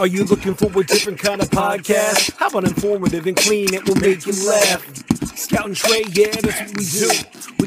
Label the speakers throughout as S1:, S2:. S1: Are you looking for a different kind of podcast? How about informative and clean? It will make you laugh. Scout and Trey, yeah, that's what we do. We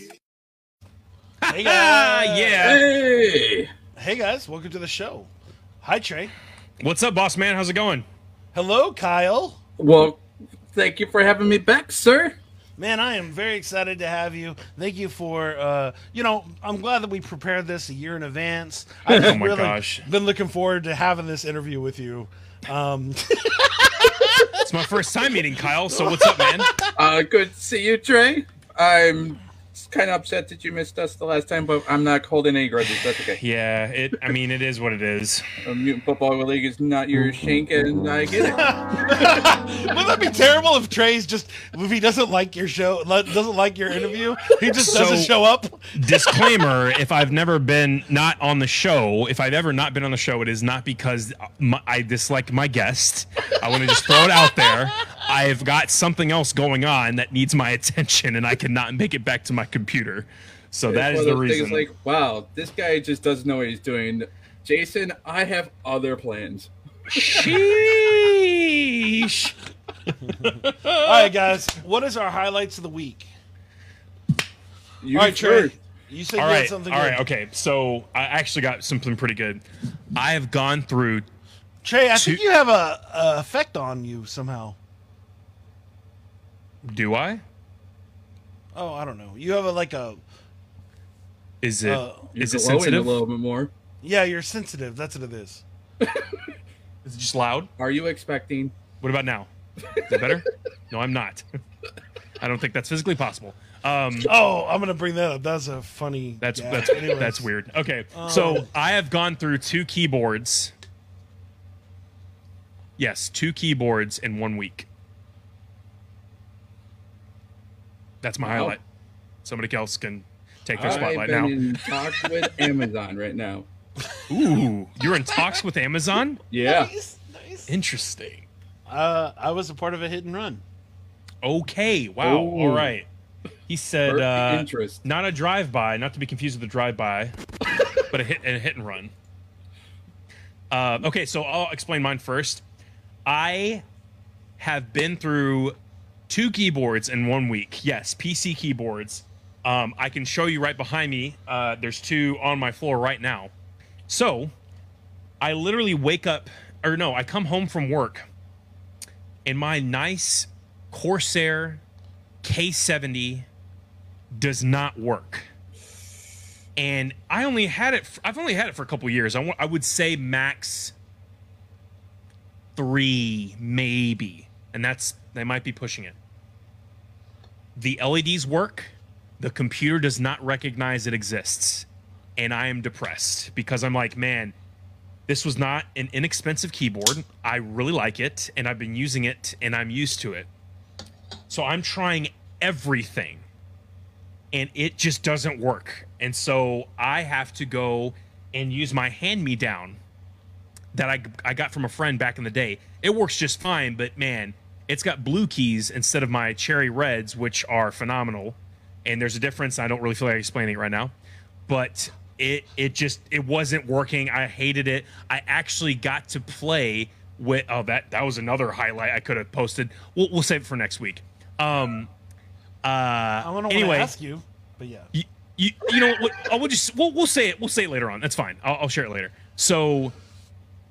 S1: you.
S2: Hey guys.
S3: Ah, yeah.
S4: Hey,
S2: Hey guys, welcome to the show. Hi Trey.
S3: What's up, boss man? How's it going?
S2: Hello Kyle.
S4: well, thank you for having me back, sir.
S2: Man, I am very excited to have you. Thank you for uh, you know, I'm glad that we prepared this a year in advance. I've
S3: Oh my gosh.
S2: been looking forward to having this interview with you. Um,
S3: It's my first time meeting Kyle, so what's up, man?
S4: Uh, good to see you, Trey. I'm kind of upset that you missed us the last time, but I'm not holding any grudges. That's okay.
S3: Yeah, it. I mean, it is what it is.
S4: A mutant football league is not your shank, and I get it.
S2: Wouldn't that be terrible if Trey's just if he doesn't like your show, le- doesn't like your interview, he just doesn't
S3: So-
S2: show up?
S3: Disclaimer: If I've never been not on the show, if I've ever not been on the show, it is not because my, I dislike my guest. I want to just throw it out there. I've got something else going on that needs my attention, and I cannot make it back to my computer. So that
S4: It's
S3: is
S4: one
S3: the
S4: of those things
S3: reason.
S4: Like, wow, this guy just doesn't know what he's doing. Jason, I have other plans.
S3: Sheesh.
S2: All right, guys, what is our highlights of the week?
S4: You
S2: All right, Trey,
S4: first.
S2: you said
S3: all
S2: you
S3: right,
S2: had something.
S3: all right,
S2: good.
S3: okay. So I actually got something pretty good. I have gone through
S2: Trey, I think
S3: Two-
S2: you have a, a effect on you somehow.
S3: Do I?
S2: Oh, I don't know. You have a like a
S3: Is it is
S2: Uh,
S4: You're
S3: it
S4: glowing
S3: sensitive?
S4: a little bit more.
S2: yeah. You're sensitive. That's what it is.
S3: Is it just loud?
S4: Are you expecting?
S3: What about now? Is it better? no, I'm not. I don't think that's physically possible. Um,
S2: Oh, I'm gonna bring that up. That's a funny.
S3: that's
S2: gag.
S3: that's
S2: Anyways. Um,
S3: that's weird. Okay, so I have gone through two keyboards. Yes, two keyboards in one week. That's my
S4: Wow.
S3: highlight. Somebody else can take their
S4: I've
S3: spotlight
S4: been
S3: now.
S4: in talk with Amazon right now.
S3: Ooh, you're in talks with Amazon.
S4: Yeah.
S2: Nice, nice.
S3: Interesting.
S2: Uh, I was a part of a hit and run.
S3: Okay. Wow.
S4: Oh.
S3: All right. He said,
S4: Perfect
S3: uh,
S4: interest.
S3: not a drive-by, not to be confused with a drive-by, but a hit and a hit and run. Uh, okay, so I'll explain mine first. I have been through two keyboards in one week. Yes, PC keyboards. Um, I can show you right behind me. Uh, there's two on my floor right now. So I literally wake up, or no, I come home from work, and my nice Corsair K70 does not work. And I only had it. For, I've only had it for a couple years. I wa- I would say max three, maybe, and that's they might be pushing it. The LEDs work. The computer does not recognize it exists, and I am depressed because I'm like, man, this was not an inexpensive keyboard. I really like it, and I've been using it, and I'm used to it. So I'm trying everything and it just doesn't work. And so I have to go and use my hand me down that I, I got from a friend back in the day. It works just fine, but man, it's got blue keys instead of my cherry reds, which are phenomenal. And there's a difference. I don't really feel like explaining it right now, but it it just it wasn't working. I hated it. I actually got to play with oh that that was another highlight I could have posted. We'll, we'll save it for next week. Um, uh,
S2: I don't want
S3: anyway,
S2: to ask you, but yeah.
S3: you, you, you know what? I will just we'll, we'll say it. We'll say it later on. That's fine. I'll, I'll share it later. So,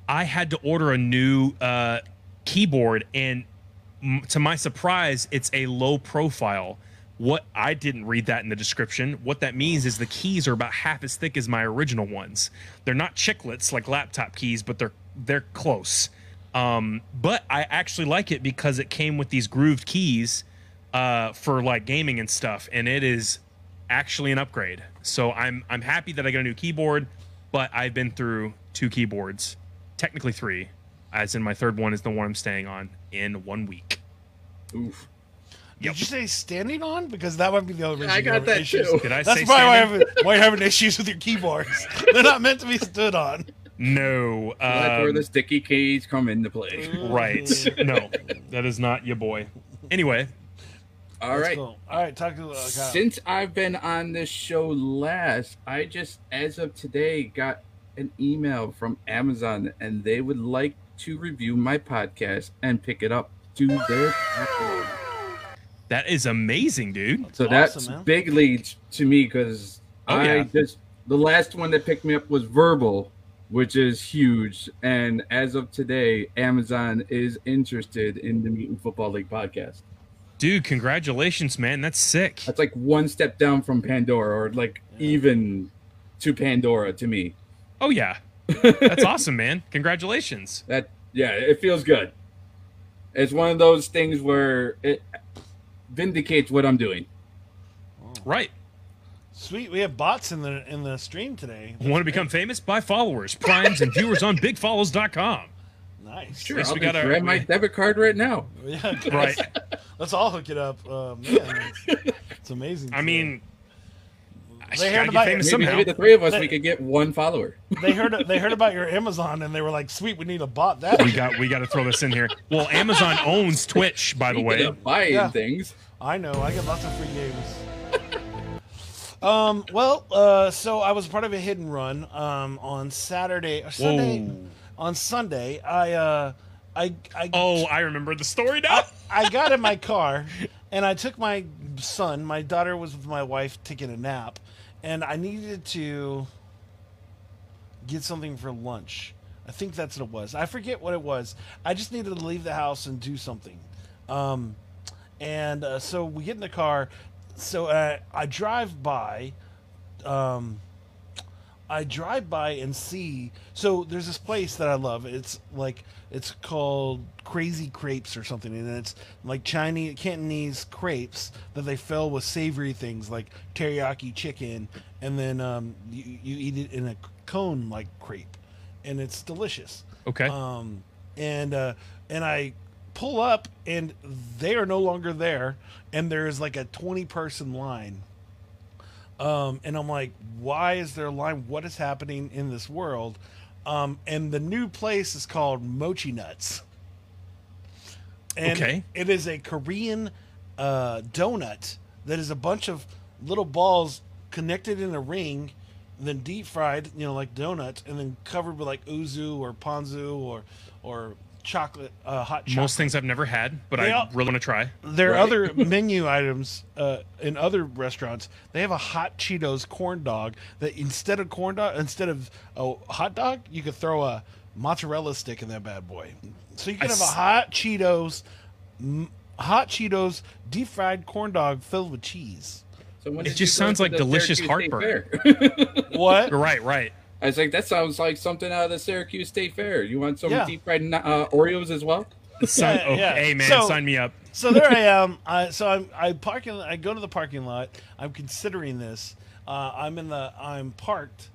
S3: I had to order a new uh, keyboard, and m- to my surprise, it's a low profile. What I didn't read that in the description. What that means is the keys are about half as thick as my original ones. They're not chiclets like laptop keys, but they're they're close. Um, but I actually like it because it came with these grooved keys uh, for like gaming and stuff, and it is actually an upgrade. So I'm I'm happy that I got a new keyboard, but I've been through two keyboards, technically three, as in my third one is the one I'm staying on in one week.
S4: Oof.
S3: Yep.
S2: Did you say standing on? Because that might be the other reason.
S4: I
S2: you're
S4: got
S2: having
S4: that
S2: issues.
S4: too.
S3: Did I
S2: That's
S3: say
S2: probably why
S3: standing?
S2: you're, having, why you're having issues with your keyboards. They're not meant to be stood on.
S3: No.
S4: That's where
S3: Um,
S4: the sticky keys come into play.
S2: Mm.
S3: right. No, that is not your boy. Anyway,
S4: All
S2: That's
S4: right.
S2: cool. All right. Talk to uh, Kyle.
S4: Since I've been on this show last, I just, as of today, got an email from Amazon and they would like to review my podcast and pick it up to their platform.
S3: that is amazing, dude.
S4: So
S2: Awesome,
S4: that's
S2: man.
S4: big leads to me because
S3: Oh,
S4: I
S3: yeah.
S4: just the last one that picked me up was verbal, which is huge. And as of today, Amazon is interested in the Mutant Football League podcast.
S3: Dude, congratulations, man. That's sick.
S4: That's like one step down from Pandora, or like even to Pandora to me.
S3: Oh yeah. That's awesome, man. Congratulations.
S4: That yeah, it feels good. It's one of those things where it vindicates what I'm doing.
S3: Right.
S2: Sweet. We have bots in the in the stream today.
S3: Want to become famous? Buy followers, primes, and viewers on bigfollows.com.
S2: Nice.
S4: Sure,
S3: Yes,
S4: I'll
S3: we
S4: be
S3: got our-
S4: grab my
S3: we-
S4: debit card right now.
S2: Yeah.
S3: Right.
S2: Let's all hook it up. Uh, man, it's, it's amazing.
S3: I mean, I
S2: They
S3: gotta
S2: heard
S3: get
S2: about it.
S3: famous
S4: Maybe,
S3: somehow.
S4: maybe the three of us we could get one follower.
S2: they heard they heard about your Amazon and they were like, "Sweet, we need a bot." That
S3: we got we got to throw this in here. Well, Amazon owns Twitch, by the
S4: Speaking
S3: way.
S4: of buying
S2: Yeah.
S4: things.
S2: I know. I get lots of free games. um. Well. Uh. So I was part of a hidden run. Um. On Saturday or Sunday.
S3: Whoa.
S2: On Sunday, I. Uh. I. I.
S3: Oh, I remember the story now.
S2: I got in my car, and I took my son. My daughter was with my wife taking a nap, and I needed to get something for lunch. I think that's what it was. I forget what it was. I just needed to leave the house and do something. Um, and uh, so we get in the car. So uh, I drive by. Um, I drive by and see. So there's this place that I love. It's like it's called Crazy Crepes or something, and it's like Chinese Cantonese crepes that they fill with savory things like teriyaki chicken, and then um, you, you eat it in a cone like crepe, and it's delicious.
S3: Okay.
S2: Um, and uh, and I pull up, and they are no longer there, and there is like a twenty person line. Um, and I'm like, why is there a line? What is happening in this world? Um, and the new place is called Mochi Nuts. And
S3: Okay.
S2: it is a Korean uh, donut that is a bunch of little balls connected in a ring, then deep fried, you know, like donuts, and then covered with like uzu or ponzu or or chocolate, uh, hot chocolate
S3: Most things I've never had, but
S2: They
S3: I
S2: all-
S3: really want to try.
S2: their
S4: Right.
S2: other menu items uh, in other restaurants they have a hot cheetos corn dog that instead of corn dog instead of a hot dog you could throw a mozzarella stick in that bad boy so you
S3: I
S2: can have a
S3: s-
S2: hot cheetos m- hot cheetos deep fried corn dog filled with cheese
S4: So when
S3: It
S4: did
S3: just
S4: you go
S3: sounds
S4: to
S3: like
S4: the
S3: delicious
S4: Syracuse State Fair?
S2: what
S3: Right, right.
S4: I was like, that sounds like something out of the Syracuse State Fair. You want some
S2: Yeah.
S4: deep fried uh, Oreos as well?
S3: Sign,
S2: Yeah, yeah.
S3: okay, man,
S2: So-
S3: sign me up.
S2: so there I am. I, so I'm I park in, I go to the parking lot. I'm considering this. Uh, I'm in the I'm parked,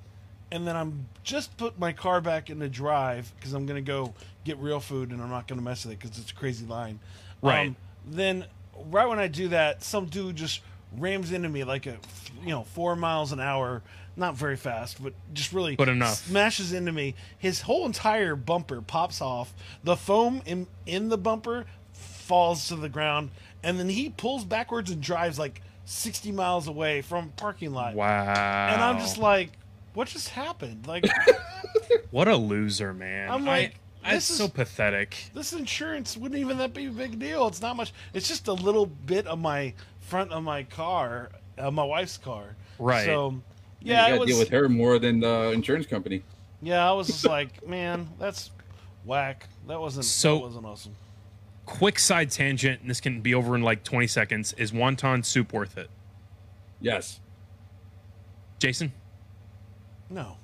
S2: and then I'm just put my car back in the drive because I'm gonna go get real food and I'm not gonna mess with it because it's a crazy line. Um,
S3: Right.
S2: then right when I do that, some dude just rams into me like a you know four miles an hour. Not very fast, but just really
S3: But enough.
S2: smashes into me. His whole entire bumper pops off. The foam in, in the bumper falls to the ground, and then he pulls backwards and drives like 60 miles away from a parking lot.
S3: Wow.
S2: And I'm just like, what just happened? Like,
S3: what a loser, man.
S2: I'm like,
S3: I, that's
S2: this is-
S3: so pathetic.
S2: this insurance wouldn't even that be a big deal. It's not much. It's just a little bit of my front of my car, uh, my wife's car.
S3: Right.
S2: So,
S4: you
S2: yeah,
S4: gotta
S2: it was.
S4: deal with her more than the insurance company.
S2: Yeah, I was just like, man, that's whack. That wasn't.
S3: So-
S2: that wasn't awesome.
S3: Quick side tangent, and this can be over in like 20 seconds. Is wonton soup worth it?
S4: Yes.
S3: Jason?
S2: No,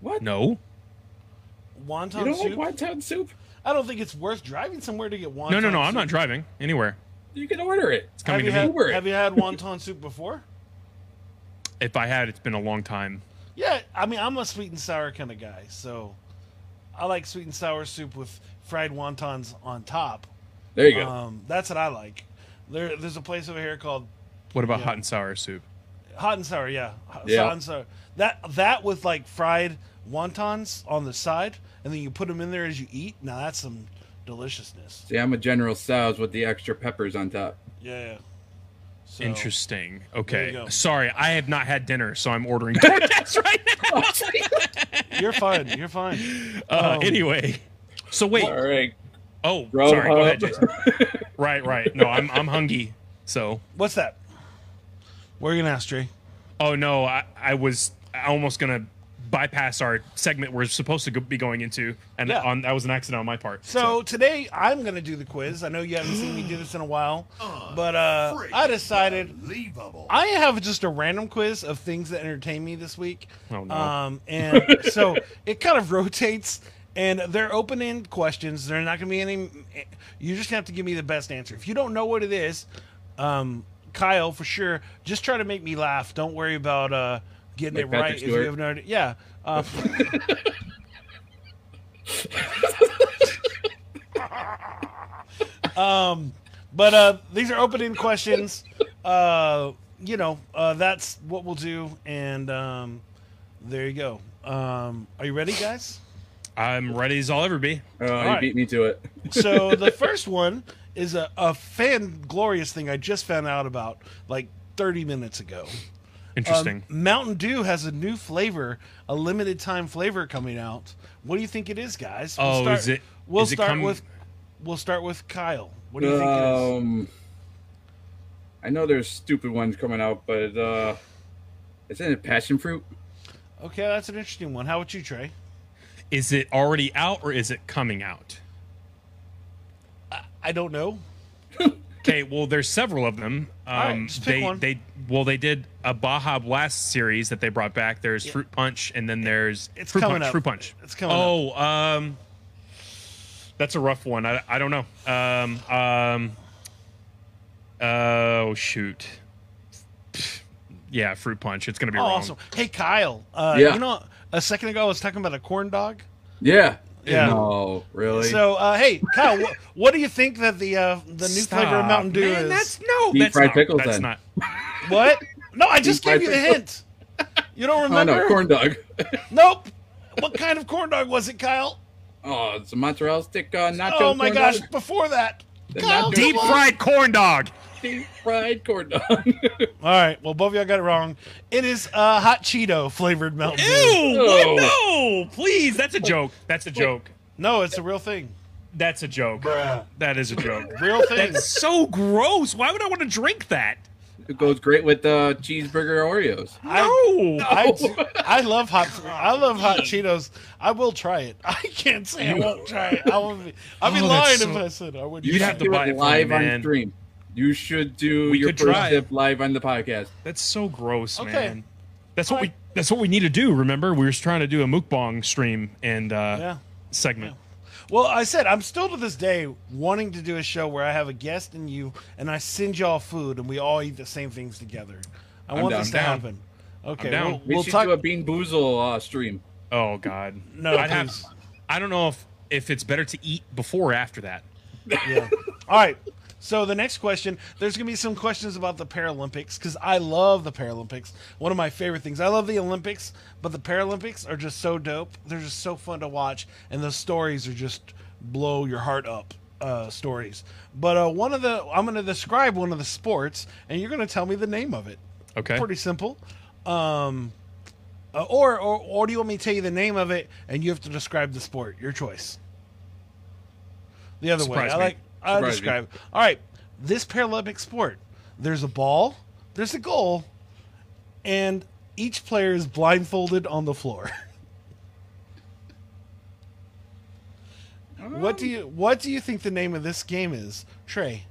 S4: What?
S3: No.
S2: wonton
S4: You don't
S2: soup.
S4: like wonton soup?
S2: I don't think it's worth driving somewhere to get wonton.
S3: No, no, no. I'm
S2: soup.
S3: not driving anywhere.
S4: You can order it.
S3: It's
S2: Have
S3: coming
S2: you,
S3: to
S2: had,
S3: me.
S4: Uber it.
S2: have you had wonton soup before?
S3: If I had, it's been a long time.
S2: Yeah, I mean, I'm a sweet and sour kind of guy, so I like sweet and sour soup with fried wontons on top.
S4: There you go.
S2: Um, that's what I like. There, there's a place over here called
S3: What about
S2: Yeah.
S3: hot and sour soup?
S2: Hot and sour, yeah. Hot,
S4: Yeah.
S2: hot and sour. That that with like fried wontons on the side, and then you put them in there as you eat. Now that's some deliciousness.
S4: See, I'm a General Sows with the extra peppers on top.
S2: Yeah. yeah. So,
S3: Interesting.
S2: you
S3: Okay.
S2: go.
S3: Sorry, I have not had dinner, so I'm ordering DoorDash right now.
S2: You're fine. You're fine.
S3: Uh,
S2: Oh.
S3: anyway, so wait.
S4: All right,
S3: Oh,
S4: Grubhub.
S3: sorry. Go ahead, Jason. Right, right. No, I'm I'm hungry. So,
S2: What's that? What are you gonna ask, Dre?
S3: oh no, I, I was almost gonna bypass our segment we're supposed to go, be going into, and
S2: Yeah.
S3: on, that was an accident on my part.
S2: So today I'm gonna do the quiz. I know you haven't seen me do this in a while, but uh, I decided
S5: Unbelievable.
S2: I have just a random quiz of things that entertain me this week.
S3: Oh, no.
S2: Um, and so it kind of rotates, and they're open end questions. They're not going to be any. You just have to give me the best answer. If you don't know what it is, um, Kyle, for sure, just try to make me laugh. Don't worry about uh, getting
S4: Like
S2: it
S4: Patrick
S2: right. If you
S4: Stewart?
S2: have no idea. Yeah. Uh, um, but uh, these are open end questions. Uh, you know, uh, that's what we'll do. And um, there you go. Um, are you ready, guys?
S3: I'm ready as I'll ever be.
S4: Oh,
S2: right.
S4: you beat me to it.
S2: So the first one is a, a fan glorious thing I just found out about like 30 minutes ago.
S3: Interesting.
S2: Um, Mountain Dew has a new flavor, a limited time flavor coming out. What do you think it is, guys?
S3: Oh, is it-
S2: We'll
S3: is it
S2: start
S3: come-
S2: with. We'll start with Kyle. What do you think it is?
S4: Um, I know there's stupid ones coming out, but uh, isn't it passion fruit?
S2: Okay, that's an interesting one. How about you, Trey?
S3: is it already out or is it coming out?
S2: I don't know.
S3: Okay, well, there's several of them. Um,
S2: right, just pick
S3: they,
S2: one.
S3: they, well, they did a Baja Blast series that they brought back. There's Fruit Punch, and then there's
S2: It's
S3: Fruit
S2: coming
S3: Punch.
S2: up.
S3: Fruit Punch.
S2: It's coming
S3: Oh, um, that's a rough one. I, I don't know. Um, um, oh shoot. Pfft. Yeah, Fruit Punch. It's gonna be
S2: Oh,
S3: wrong.
S2: awesome. Hey, Kyle. Uh,
S4: Yeah.
S2: You know, a second ago I was talking about a corn dog.
S4: Yeah.
S2: Yeah.
S4: No, really.
S2: So, uh, hey, Kyle, wh- what do you think that the uh, the new flavor of
S3: Stop,
S2: Mountain Dew
S3: man,
S2: is?
S3: That's no.
S4: Deep
S3: that's
S4: fried
S3: not,
S4: pickles,
S3: That's
S4: then.
S3: not.
S2: What? No, I just
S4: fried
S2: gave you the
S4: pickle.
S2: hint. You don't
S4: oh
S2: remember?
S4: no, corn dog.
S2: Nope. What kind of corn dog was it, Kyle?
S4: oh, it's a mozzarella stick uh, nacho.
S2: oh my
S4: corn
S2: gosh!
S4: dog.
S2: Before that.
S4: The
S2: Kyle,
S4: nacho-
S2: come
S3: Deep
S2: on.
S3: fried corn dog.
S4: Deep fried corn dog.
S2: All right. Well, both of y'all got it wrong. It is uh, hot Cheeto flavored Mountain
S3: Ew!
S2: Dew.
S3: what? No, please. That's a joke. That's a joke.
S2: No, it's a real thing.
S3: That's a joke. That is a joke.
S2: Real thing.
S3: That's so gross. Why would I want to drink that?
S4: it goes great with uh, cheeseburger Oreos.
S3: No.
S2: I, do- I love hot. I love hot Cheetos. I will try it. I can't say I won't try it. I would be. I'd be
S3: Oh,
S2: lying
S3: that's
S2: if
S3: so-
S2: I said I would.
S3: You'd have
S4: should
S3: to
S4: do
S3: buy it
S4: it
S3: for
S4: live
S3: me, man.
S4: on stream. You should do
S3: We
S4: your
S3: could
S4: first
S3: try.
S4: sip live on the podcast.
S3: That's so gross,
S2: Okay.
S3: man. That's what
S2: Alright.
S3: we. That's what we need to do. Remember, we were trying to do a mukbang stream and uh,
S2: Yeah.
S3: segment.
S2: Well, I said I'm still to this day wanting to do a show where I have a guest and you, and I send y'all food and we all eat the same things together. I
S4: I'm
S2: want
S4: down.
S2: this to
S3: Down.
S2: happen. Okay,
S3: down.
S2: we'll,
S4: We
S2: we'll
S4: should
S2: talk.
S4: do a Bean Boozle uh, stream.
S3: Oh God,
S2: No,
S3: I'd have,
S2: please.
S3: I don't know if if it's better to eat before or after that.
S2: Yeah. All right. So the next question, there's going to be some questions about the Paralympics because I love the Paralympics. One of my favorite things. I love the Olympics, but the Paralympics are just so dope. They're just so fun to watch, and the stories are just blow your heart up uh, stories. But uh, one of the, I'm going to describe one of the sports, and you're going to tell me the name of it.
S3: Okay.
S2: Pretty simple. Um, uh, or, or or do you want me to tell you the name of it, and you have to describe the sport? Your choice. The other
S3: Surprise
S2: way. I
S3: me.
S2: like. I
S4: Surprise me.
S2: describe. All right, this Paralympic sport. There's a ball. There's a goal, and each player is blindfolded on the floor. what do you What do you think the name of this game is, Trey?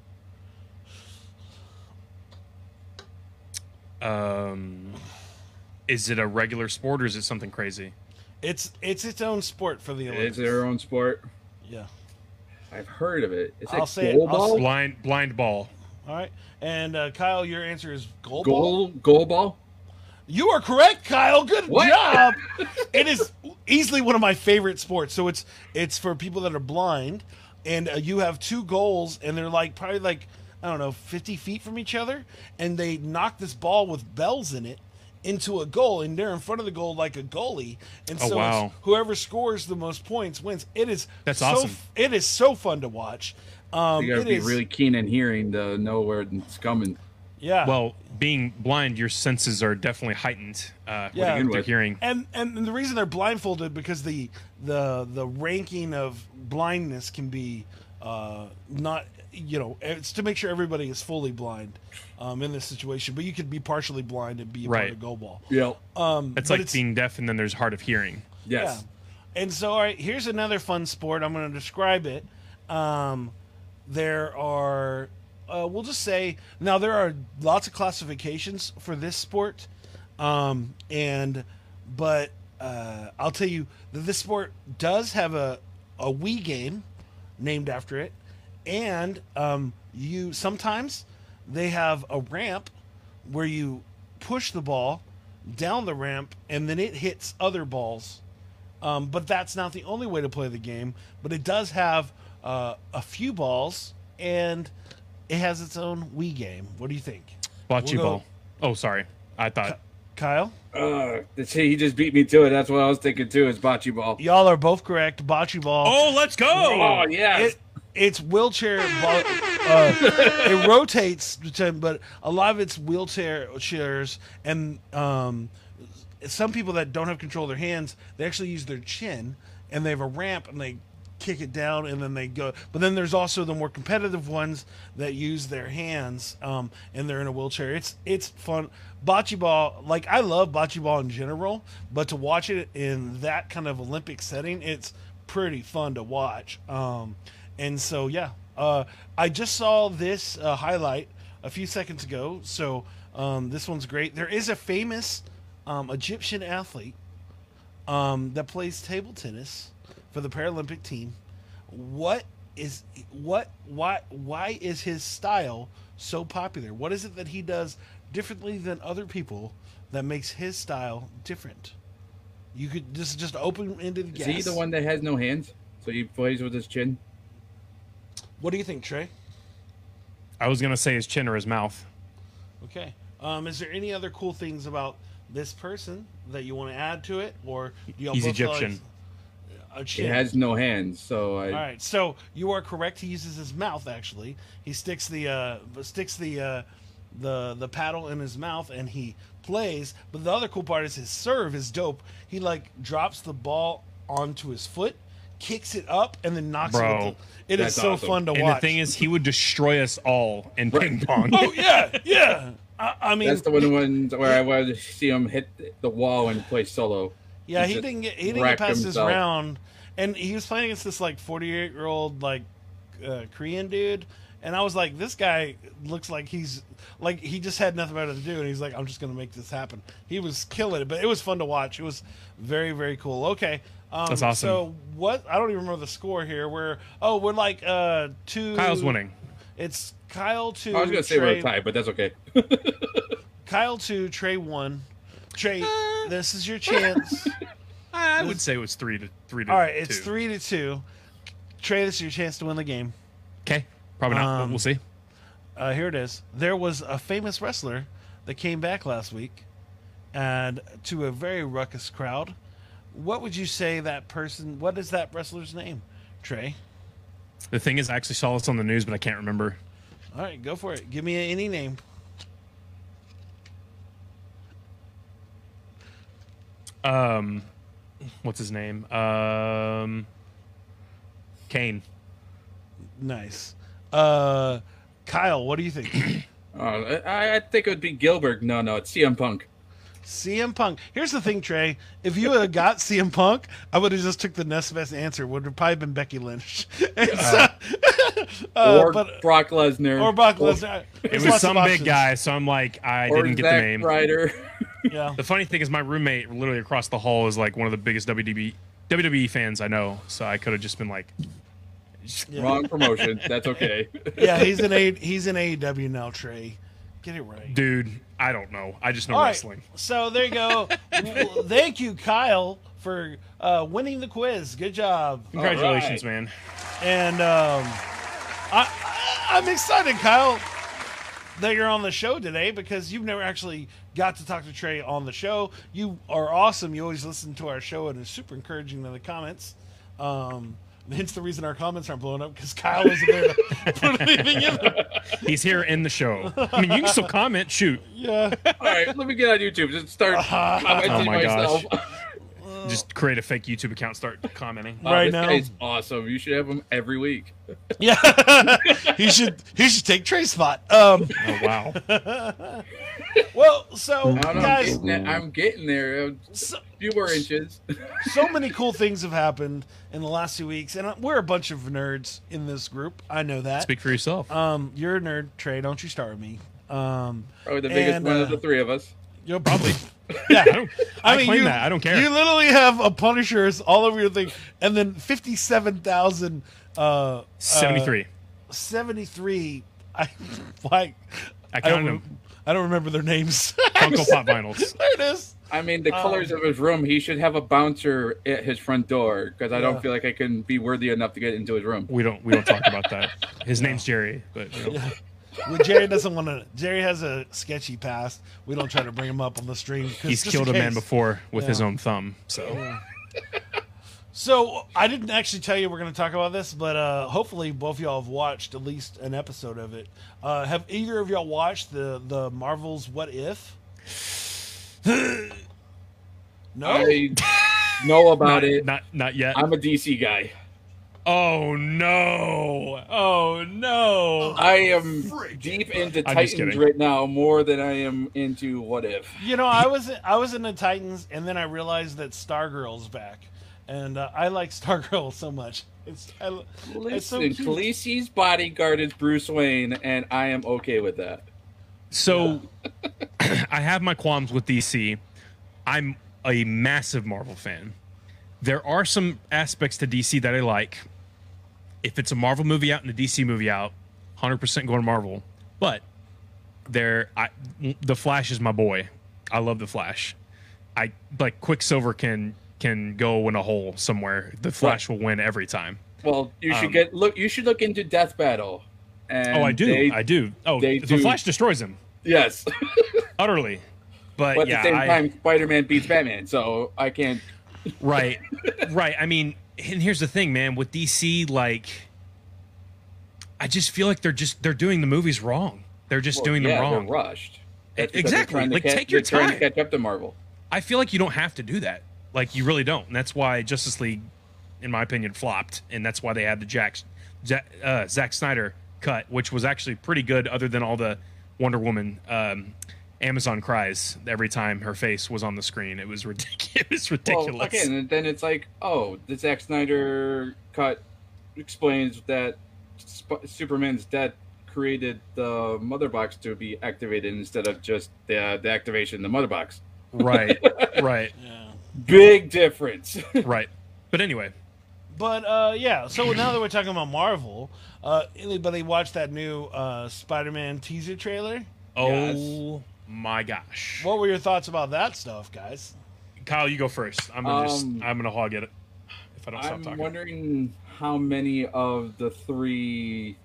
S3: Um, is it a regular sport or is it something crazy?
S2: It's It's its own sport for the
S4: It's
S2: Olympics.
S4: their own sport.
S2: yeah.
S4: I've heard of it. Is it
S2: I'll say it.
S4: goal
S2: I'll
S4: ball?
S3: Blind blind ball.
S2: All right, and uh, Kyle, your answer is goal. ball?
S4: Goal goal ball?
S2: You are correct, Kyle. Good
S4: What?
S2: job. it is easily one of my favorite sports. So it's it's for people that are blind, and uh, you have two goals, and they're like probably like I don't know, fifty feet from each other, and they knock this ball with bells in it into a goal, and they're in front of the goal like a goalie, and
S3: Oh,
S2: so
S3: wow.
S2: it's whoever scores the most points wins. It is
S3: That's
S2: so,
S3: awesome.
S2: It is so fun to watch. Um,
S4: You gotta
S2: it
S4: be
S2: is-
S4: really keen in hearing to know where it's coming.
S2: yeah.
S3: Well, being blind, your senses are definitely heightened. Uh,
S2: Yeah.
S3: yeah, with hearing.
S2: and and the reason they're blindfolded because the the the ranking of blindness can be uh, not you know it's to make sure everybody is fully blind um, in this situation. But you could be partially blind and be a part
S3: Right.
S2: of go ball.
S4: Yep.
S2: Um,
S3: That's
S2: but
S3: like
S2: it's-
S3: being deaf, and then there's hard of hearing.
S4: Uh, Yes.
S2: yeah. And so, all right, here's another fun sport. I'm going to describe it. Um, there are, uh, we'll just say, now there are lots of classifications for this sport. Um, and, but uh, I'll tell you that this sport does have a, a Wii game named after it. And um, you sometimes they have a ramp where you push the ball down the ramp and then it hits other balls um, but that's not the only way to play the game. But it does have uh, a few balls, and it has its own Wii game. What do you think,
S3: Bocce
S2: We'll go-
S3: ball. Oh, sorry. I thought.
S2: Kyle?
S4: Uh, that's- he just beat me to it. That's what I was thinking too. Is bocce ball?
S2: Y'all are both correct. Bocce ball.
S3: Oh, let's go.
S4: Oh yes.
S2: It, it's wheelchair. Ball, uh, it rotates, but a lot of it's wheelchair chairs, and um, some people that don't have control of their hands, they actually use their chin, and they have a ramp, and they kick it down, and then they go. But then there's also the more competitive ones that use their hands, um, and they're in a wheelchair. It's it's fun. Bocce ball, like I love bocce ball in general, but to watch it in that kind of Olympic setting, it's pretty fun to watch. Um, and so yeah, uh, I just saw this uh, highlight a few seconds ago. So um, this one's great. There is a famous um, Egyptian athlete um, that plays table tennis for the Paralympic team. What is what why why is his style so popular? What is it that he does differently than other people that makes his style different? You could this is just open ended
S4: Is
S2: guess.
S4: he the one that has no hands? So he plays with his chin.
S2: What do you think, Trey?
S3: I was gonna say his chin or his mouth.
S2: Okay. Um, is there any other cool things about this person that you want to add to it, or do y'all
S3: He's
S2: both feel like
S3: Egyptian.
S2: A
S4: He
S2: chin.
S4: has no hands. So I.
S2: All right. So you are correct. He uses his mouth. Actually, he sticks the uh, sticks the uh, the the paddle in his mouth and he plays. But the other cool part is his serve is dope. He like drops the ball onto his foot, kicks it up, and then knocks it.
S3: Bro,
S2: With the, it is
S4: that's
S2: so
S4: awesome.
S2: fun to
S3: And
S2: watch.
S3: the thing is, he would destroy us all in ping pong.
S2: oh yeah, yeah. I, I mean,
S4: That's the one ones where I wanted to see him hit the wall and play solo.
S2: Yeah,
S4: He
S2: he
S4: just
S2: didn't get he didn't get
S4: wrecked
S2: past his
S4: himself.
S2: round, and he was playing against this like forty eight year old like uh, Korean dude, and I was like, this guy looks like he's like he just had nothing better to do, and he's like, I'm just gonna make this happen. He was killing it, but it was fun to watch. It was very very cool. Okay, um,
S3: That's awesome.
S2: So what? I don't even remember the score here. We're oh we're like uh two.
S3: Kyle's winning.
S2: It's Kyle two.
S4: I was gonna say
S2: Trey,
S4: we're tied, but that's okay.
S2: Kyle two, Trey one. Trey,
S4: Ah.
S2: this is your chance.
S3: I would say it was three to three to.
S2: All right, it's
S3: two.
S2: three to two. Trey, this is your chance to win the game.
S3: Okay, probably not. but
S2: Um,
S3: we'll see.
S2: Uh, here it is. There was a famous wrestler that came back last week, and to a very ruckus crowd. What would you say that person? What is that wrestler's name? Trey.
S3: The thing is, I actually saw this on the news, but I can't remember.
S2: All right, go for it. Give me any name.
S3: Um, what's his name? Um, Kane.
S2: Nice. Uh, Kyle, what do you think?
S4: Uh, I, I think it would be Gilbert. No, no, it's CM Punk.
S2: CM Punk. Here's the thing, Trey. If you had got CM Punk, I would have just took the next best answer. Would have probably been Becky Lynch. And so- uh,
S4: or
S2: but-
S4: Brock Lesnar.
S2: or uh, Brock Lesnar.
S3: It was some big guy, so I'm like, I
S4: Or
S3: didn't get
S4: Zack
S3: the name.
S4: Ryder.
S2: Yeah.
S3: The funny thing is, my roommate literally across the hall is like one of the biggest E, WWE WWE fans I know. So I could have just been like,
S2: Yeah.
S4: Wrong promotion. That's okay.
S2: yeah, he's in a he's in AEW E now, Trey. Get it right.
S3: Dude, I don't know. I just know
S2: All right.
S3: wrestling.
S2: So there you go. Well, Thank you, Kyle, for uh, winning the quiz. Good job.
S3: Congratulations,
S4: All
S3: man.
S2: And um, I, I, I'm excited, Kyle, that you're on the show today because you've never actually got to talk to Trey on the show. You are awesome. You always listen to our show and are super encouraging in the comments. Um, hence the reason our comments aren't blowing up because Kyle isn't there to put anything in there.
S3: He's here in the show. I mean, you can still comment. Shoot,
S2: Yeah.
S4: right, let me get on YouTube. Just start commenting
S3: Oh my
S4: myself.
S3: gosh. just create a fake YouTube account, and start commenting.
S4: Wow,
S2: Right
S4: this
S2: now.
S4: guy's awesome. You should have him every week.
S2: Yeah. he should he should take Trey's spot. Um,
S3: Oh wow.
S2: well, so
S4: I don't know, I'm,
S2: guys,
S4: getting there. I'm getting there. A
S2: so,
S4: few more inches.
S2: so many cool things have happened in the last few weeks, and uh, we're a bunch of nerds in this group. I know that.
S3: Speak for yourself.
S2: Um, you're a nerd, Trey. Don't you start with me. Um,
S4: Probably the biggest
S2: And,
S4: one
S2: uh,
S4: of the three of us.
S2: you're
S3: Probably. I
S2: Yeah.
S3: don't. I,
S2: mean,
S3: claim
S2: you,
S3: that. I don't care.
S2: You uh, literally have a Punishers all over your thing, and then fifty-seven thousand. Uh,
S3: Seventy-three.
S2: uh, Seventy-three. I like.
S3: I counted
S2: don't,
S3: them.
S2: I don't remember their names.
S3: Funko Pop vinyls.
S2: there it is.
S4: I mean,
S2: um,
S4: the colors of his room. He should have a bouncer at his front door because I
S2: Yeah.
S4: don't feel like I can be worthy enough to get into his room.
S3: We don't. We don't talk about that. His name's Jerry, but you know.
S2: Well, Jerry doesn't want to. Jerry has a sketchy past. We don't try to bring him up on the stream. 'cause
S3: he's
S2: just in
S3: killed a man
S2: case.
S3: before with his
S2: Yeah.
S3: own thumb. So
S2: So I didn't actually tell you we're going to talk about this, but uh, hopefully both of y'all have watched at least an episode of it. Uh, have either of y'all watched the the Marvels What If? no.
S4: I know about
S3: not,
S4: it.
S3: not not yet.
S4: I'm a DC guy.
S3: oh no! Oh no!
S4: I am deep into
S3: I'm just
S4: Titans
S3: kidding.
S4: right now more than I am into What If.
S2: you know, I was I was in the Titans, and then I realized that Stargirl's back, and uh, I like Stargirl so much. It's I, it's so
S4: Listen,
S2: cute.
S4: Khaleesi's bodyguard is Bruce Wayne, and I am okay with that.
S3: So I have my qualms with DC. I'm a massive Marvel fan. There are some aspects to DC that I like. If it's a Marvel movie out and a DC movie out, 100% going Marvel. But there I the Flash is my boy. I love the Flash. I like Quicksilver can can go in a hole somewhere. The Flash will win every time.
S4: Well, you should
S3: Um,
S4: get look. You should look into Death Battle. And
S3: oh, I do.
S4: they-
S3: I do. Oh,
S4: they
S3: the
S4: do.
S3: Flash destroys him
S4: Yes,
S3: utterly. But,
S4: but at
S3: yeah,
S4: the same
S3: I,
S4: time, Spider-Man beats Batman, so I can't.
S3: Right. right. I mean, and here's the thing, man, with DC like I just feel like they're just they're doing the movies wrong. They're just doing
S4: yeah,
S3: them
S4: they're
S3: wrong.
S4: rushed. That's because they're
S3: exactly.
S4: trying to
S3: Like,
S4: catch-
S3: take your
S4: they're trying
S3: time.
S4: to catch up to Marvel.
S3: I feel like you don't have to do that. Like you really don't. And that's why Justice League in my opinion flopped and that's why they had the Jack, Jack uh Zack Snyder cut, which was actually pretty good other than all the Wonder Woman um Amazon cries every time her face was on the screen. It was ridiculous. It was ridiculous.
S4: Well, again, and then it's like, oh, the Zack Snyder cut explains that Sp- Superman's death created the mother box to be activated instead of just the, the activation of the mother box.
S3: Right. right.
S2: Yeah.
S4: Big difference.
S3: Right. But anyway,
S2: But uh, yeah, so now that we're talking about Marvel, uh, anybody watch that new uh, Spider-Man teaser trailer?
S3: Oh my gosh.
S2: What were your thoughts about that stuff, guys?
S3: Kyle, you go first. I'm gonna just
S4: Um,
S3: I'm gonna hog it if I don't stop
S4: I'm
S3: talking.
S4: wondering how many of the three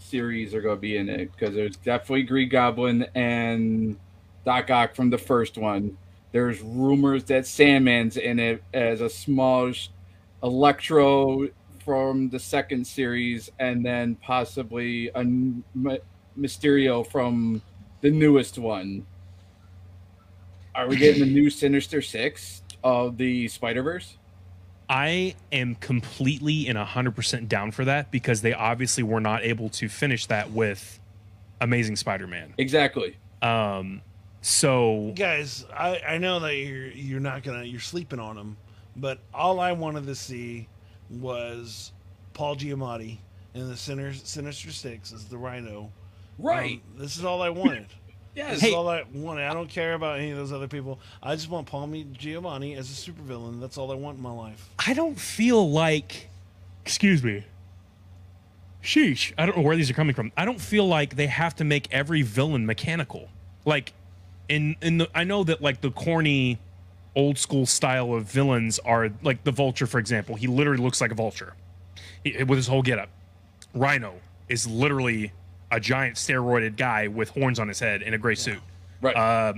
S4: series are going to be in it because there's definitely Green Goblin and Doc Ock from the first one. There's rumors that Sandman's in it as a small sh- Electro from the second series, and then possibly a n- My- Mysterio from the newest one. Are we getting the new Sinister Six of the Spider Verse?
S3: I am completely and hundred percent down for that because they obviously were not able to finish that with Amazing Spider-Man.
S4: Exactly.
S3: Um so
S2: Guys, I, I know that you're you're not gonna you're sleeping on them, but all I wanted to see was Paul Giamatti in the Sinister, Sinister Six as the Rhino.
S4: Right.
S2: Um, this is all I wanted.
S4: yes.
S2: This is all I wanted. I don't care about any of those other people. I just want Paul Giamatti as a supervillain. That's all I want in my life.
S3: I don't feel like excuse me. sheesh, I don't know where these are coming from. I don't feel like they have to make every villain mechanical. Like, in in the, I know that like the corny, old school style of villains are like the Vulture, for example. He literally looks like a vulture, He- with his whole getup. Rhino is literally a giant steroided guy with horns on his head in a gray suit
S4: Right.
S3: uh,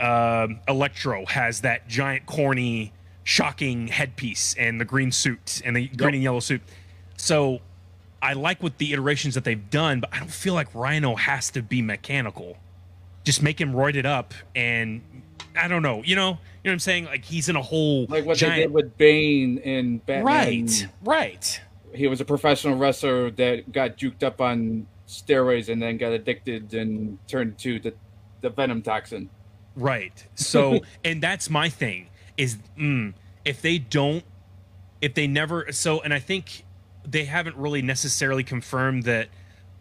S3: um, Electro has that giant, corny, shocking headpiece and the green suit and the green and yellow suit. So I like what the iterations that they've done, but I don't feel like Rhino has to be mechanical. Just make him roided up and I don't know, you know, you know what I'm saying? Like he's in a whole
S4: like what
S3: giant,
S4: they did with Bane in Batman.
S3: right, right.
S4: He was a professional wrestler that got juked up on steroids and then got addicted and turned to the, the venom toxin.
S3: Right. So, and that's my thing is mm, if they don't, if they never, so, and I think they haven't really necessarily confirmed that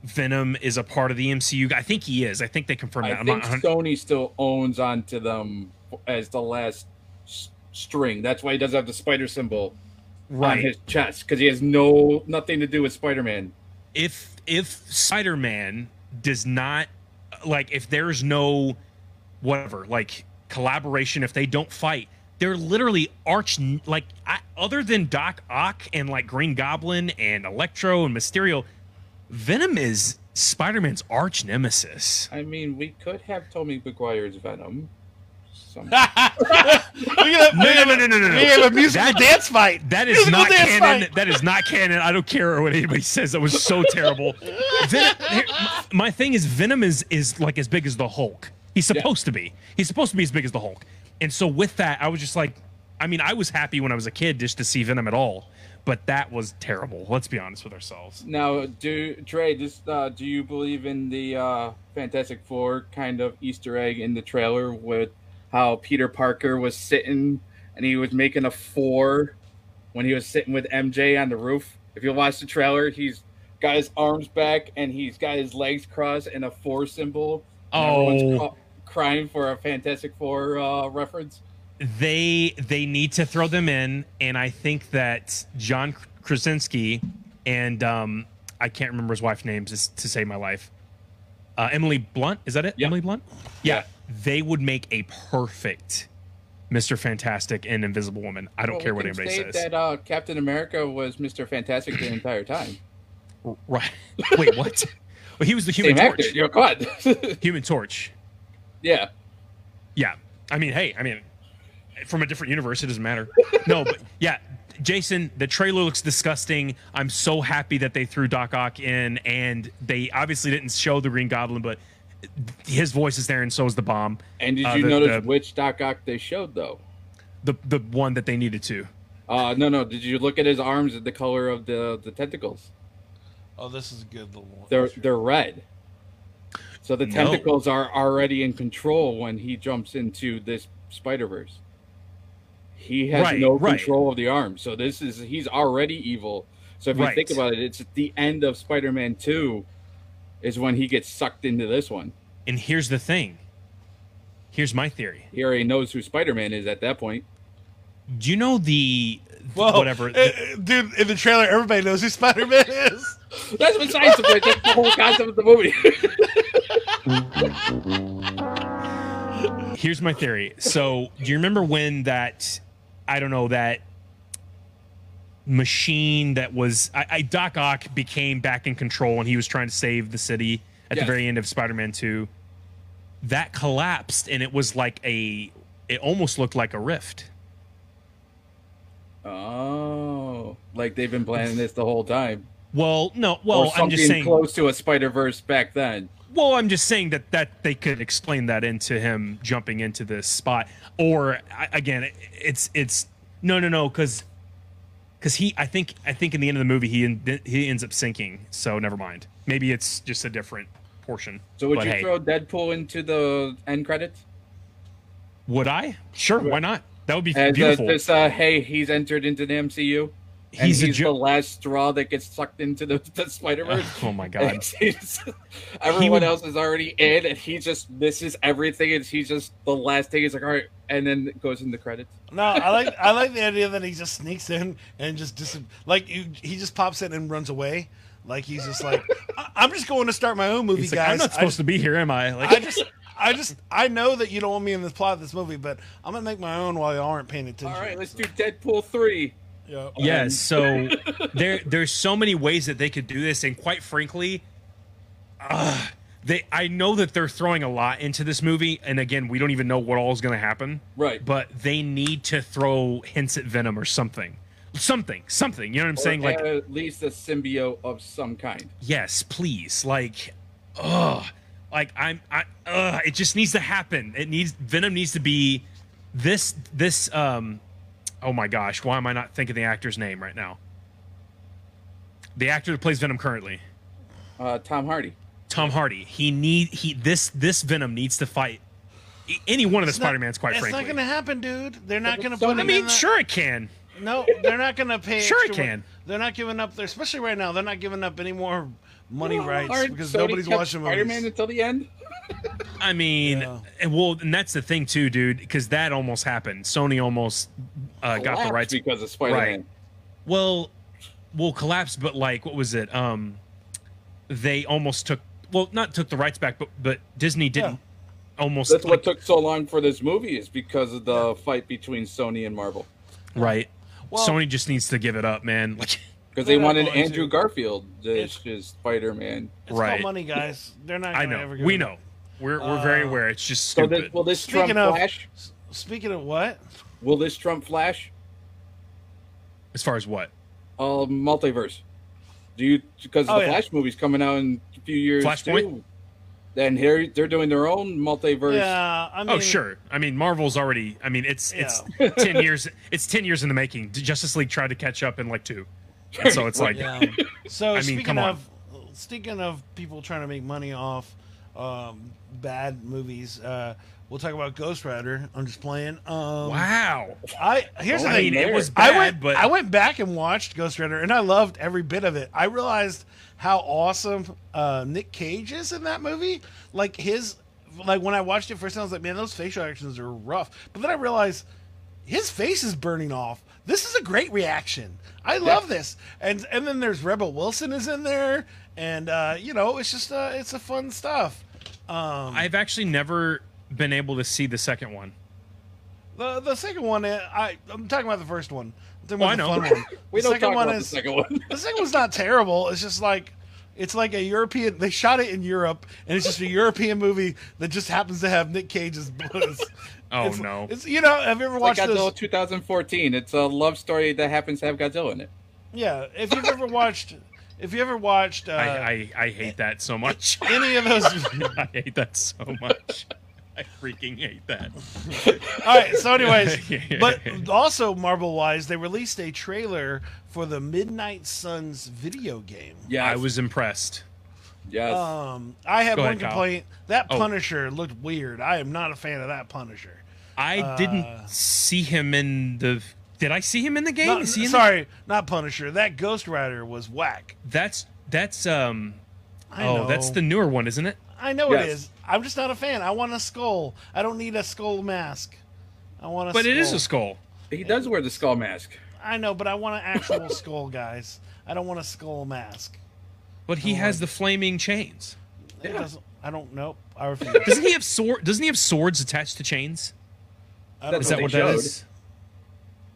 S3: Venom is a part of the MCU. I think he is. I think they confirmed that.
S4: I
S3: I'm
S4: think
S3: not, a hun-
S4: Sony still owns onto them as the last s- string. That's why he does have the spider symbol on
S3: right.
S4: his chest because he has no nothing to do with Spider-Man.
S3: if if Spider-Man does not like if there's no whatever like collaboration if they don't fight they're literally arch like I, other than Doc Ock and like Green Goblin and Electro and Mysterio Venom is Spider-Man's arch nemesis.
S4: I mean, we could have Tommy McGuire's Venom. Some-
S2: Look at that.
S3: No, no, no, no, no, no, no.
S2: We have a musical
S3: That-
S2: dance fight.
S3: That is
S2: Musical
S3: not
S2: dance
S3: canon.
S2: fight.
S3: That is not canon. I don't care what anybody says. That was so terrible. Venom, here, my- my thing is Venom is is like as big as the Hulk. He's supposed to be. He's supposed to be as big as the Hulk. And so with that, I was just like, I mean, I was happy when I was a kid just to see Venom at all, but that was terrible. Let's be honest with ourselves.
S4: Now, do Trey, just uh, do you believe in the uh, Fantastic Four kind of Easter egg in the trailer with how Peter Parker was sitting and he was making a four when he was sitting with MJ on the roof? If you watch the trailer, he's got his arms back and he's got his legs crossed and a four symbol. and
S3: Oh.
S4: everyone's ca- crying for a Fantastic Four uh, reference.
S3: they they need to throw them in, and I think that John Krasinski and um, I can't remember his wife's name just to save my life. Uh, Emily Blunt is that it?
S4: Yeah.
S3: Emily Blunt. Yeah, they would make a perfect Mister Fantastic and Invisible Woman. I don't
S4: Well, we
S3: care what
S4: can
S3: anybody
S4: say
S3: says.
S4: That uh, Captain America was Mister Fantastic the entire time.
S3: Right? Wait, what? well, he was the Human
S4: Same actor.
S3: Torch.
S4: You're God.
S3: Human Torch.
S4: yeah.
S3: Yeah. I mean, hey, I mean, from a different universe, it doesn't matter. No, but yeah, Jason, the trailer looks disgusting. I'm so happy that they threw Doc Ock in, and they obviously didn't show the Green Goblin, but his voice is there, and so is the bomb.
S4: And did
S3: Uh,
S4: you
S3: the- the-
S4: notice which Doc Ock they showed though?
S3: The the one that they needed to.
S4: Uh, no, no. Did you look at his arms at the color of the the tentacles?
S2: Oh, this is a good little.
S4: They're they're red. So the
S3: No.
S4: tentacles are already in control when he jumps into this Spider Verse. He has
S3: Right,
S4: no
S3: right.
S4: control of the arms. So this is he's already evil. So if you think
S3: Right.
S4: about it, it's at the end of Spider Man Two, is when he gets sucked into this one.
S3: And here's the thing. Here's my theory.
S4: He already knows who Spider Man is at that point.
S3: Do you know the
S2: Whoa.
S3: whatever?
S2: Uh, uh, dude, in the trailer, everybody knows who Spider Man is.
S4: That's besides the point. That's the whole concept of the movie.
S3: Here's my theory. So, do you remember when that, I don't know, that machine that was, I, I Doc Ock became back in control and he was trying to save the city at
S4: Yes.
S3: the very end of Spider Man 2? That collapsed and it was like a, it almost looked like a rift.
S4: Oh, like they've been planning this the whole time.
S3: Well, no,
S4: Or
S3: well, Oh, I'm
S4: something
S3: just saying,
S4: close to a Spider Verse back then.
S3: well, I'm just saying that, that they could explain that into him jumping into this spot. Or I- again, it- it's, it's, no, no, no, because because he i think i think in the end of the movie he en- he ends up sinking so never mind maybe it's just a different portion
S4: So would
S3: But
S4: you
S3: hey,
S4: throw Deadpool into the end credits?
S3: would i sure why not that would be
S4: As uh,
S3: beautiful
S4: this, uh, hey, he's entered into the MCU. And
S3: He's
S4: he's,
S3: a
S4: the
S3: jo-
S4: last straw that gets sucked into the, the Spider Verse.
S3: oh my god
S4: Everyone
S3: would-
S4: else is already in, and he just misses everything, and he's just the last thing. He's like, all right, and then it goes in the credits.
S2: No, I like I like the idea that he just sneaks in and just dis- like you, he just pops in and runs away. Like he's just like, I- I'm just going to start my own movie,
S3: He's like,
S2: guys.
S3: I'm not
S2: I
S3: supposed
S2: just-
S3: to be here, am I? Like,
S2: I just, I just, I know that you don't want me in the plot of this movie, but I'm gonna make my own while y'all aren't paying attention.
S4: All right, let's do Deadpool three.
S2: Yeah.
S3: yes. So there, there's so many ways that they could do this, and quite frankly, ugh, they. I know that they're throwing a lot into this movie, and again, we don't even know what all is going to happen.
S4: Right.
S3: But they need to throw hints at Venom or something, something, something. You know what I'm saying?
S4: Or
S3: Like,
S4: at least a symbiote of some kind.
S3: yes, please. Like, ugh. Like I'm, I, ugh, it just needs to happen. It needs Venom needs to be this this um. Oh my gosh, why am I not thinking the actor's name right now? The actor that plays Venom currently,
S4: Uh, Tom Hardy.
S3: Tom Hardy. He need he this this Venom needs to fight a- any one of the
S2: not-
S3: Spider Mans. Quite
S2: It's
S3: frankly,
S2: not gonna happen, dude. They're not gonna.
S4: So-
S2: put
S3: I
S2: him in
S3: mean,
S2: that-
S3: sure it can.
S2: No, they're not gonna pay.
S3: Sure it
S2: extra-
S3: can.
S2: They're not giving up. Their, especially right now, they're not giving up any more money rights
S4: Aren't
S2: because
S4: Sony
S2: nobody's
S4: kept
S2: watching movies.
S4: Spider-Man until the end.
S3: I mean,
S2: Yeah.
S3: and well, and that's the thing too, dude, because that almost happened. Sony almost uh, got the
S4: Collapsed
S3: rights
S4: because of Spider-Man.
S3: Right. well will collapse but like what was it um they almost took well not took the rights back but but disney didn't almost
S4: That's
S3: like,
S4: what took so long for this movie is because of the fight between Sony and Marvel
S3: right
S2: Well-
S3: sony just needs to give it up man like
S4: because they
S2: They're not
S4: wanted
S2: going
S4: Andrew
S2: to.
S4: Garfield
S2: It's-
S4: as his Spider-Man.
S2: It's
S3: Right.
S2: called money, guys. They're not.
S3: i
S2: gonna
S3: know
S2: Ever get
S3: we
S2: it.
S3: know we're, we're very
S2: Uh,
S3: aware it's just
S4: So
S3: stupid
S4: this, will this Trump
S2: Speaking of,
S4: flash?
S2: s- speaking of what?
S4: Will this Trump flash?
S3: as far as what
S4: Uh, multiverse. Do you because
S2: Oh,
S4: the
S2: yeah.
S4: Flash movie's coming out in a few years
S3: Flashpoint?
S4: too? Then here they're doing their own multiverse.
S2: Yeah, I mean,
S3: oh sure i mean marvel's already i mean it's it's 10 years it's 10 years in the making justice league tried to catch up in like two and so it's like
S2: Yeah. So
S3: mean,
S2: speaking
S3: come on.
S2: of speaking of people trying to make money off um, bad movies, uh, we'll talk about Ghost Rider. I'm just playing. Um,
S3: wow
S2: I here's the
S3: i mean
S2: thing.
S3: it was
S2: I
S3: bad
S2: went,
S3: but
S2: I went back and watched Ghost Rider, and I loved every bit of it. I realized how awesome uh, Nick Cage is in that movie. Like his, like when I watched it first, I was like, man, those facial actions are rough. But then I realized his face is burning off. This is a great reaction. I love this. And and then there's Rebel Wilson is in there, and uh, you know, it's just uh, it's a fun stuff. Um,
S3: i've actually never been able to see the second one
S2: the the second one, uh, I I'm talking about the first one. I'm talking
S3: Well,
S2: about
S3: Oh, I
S2: the
S3: know.
S2: fun one.
S4: we
S2: the
S4: don't
S2: second
S4: talk
S2: one
S4: about
S2: is
S4: the second one.
S2: This thing was not terrible. It's just like it's like a European. They shot it in Europe, and it's just a European movie that just happens to have Nick Cage as Buzz.
S3: Oh,
S2: It's-
S3: no.
S2: It's you know. Have you ever
S4: like
S2: watched
S4: Godzilla
S2: those?
S4: 2014. It's a love story that happens to have Godzilla in it.
S2: Yeah. If you've ever watched, if you ever watched uh,
S3: I, I, I hate that so much.
S2: any of those.
S3: I hate that so much. I freaking hate that.
S2: All right. So, anyways, but also Marvel wise, they released a trailer for the Midnight Suns video game.
S4: Yes,
S3: I was impressed.
S4: Yes,
S2: Um, I have
S3: Go
S2: one
S3: ahead, Kyle.
S2: complaint. That
S3: Oh.
S2: Punisher looked weird. I am not a fan of that Punisher.
S3: I
S2: Uh,
S3: didn't see him in the. Did I see him in the game?
S2: Not-
S3: Is he in the-
S2: sorry, not Punisher. That Ghost Rider was whack.
S3: that's that's um.
S2: I
S3: oh,
S2: know.
S3: that's the newer one, isn't it?
S2: I know it
S4: Yes.
S2: is. I'm just not a fan. I want a skull. I don't need a skull mask. I want a.
S3: But
S2: skull.
S3: it is a skull.
S4: he does wear the skull mask.
S2: I know, but I want an actual skull, guys. I don't want a skull mask.
S3: But he
S2: Oh,
S3: has
S2: I-
S3: the flaming chains.
S2: It
S4: Yeah.
S2: doesn't. I don't know. I refuse.
S3: Doesn't he have sword? Doesn't he have swords attached to chains?
S2: I don't
S3: Is
S4: That's
S2: know.
S3: that
S4: They
S3: what that
S4: showed.
S3: is?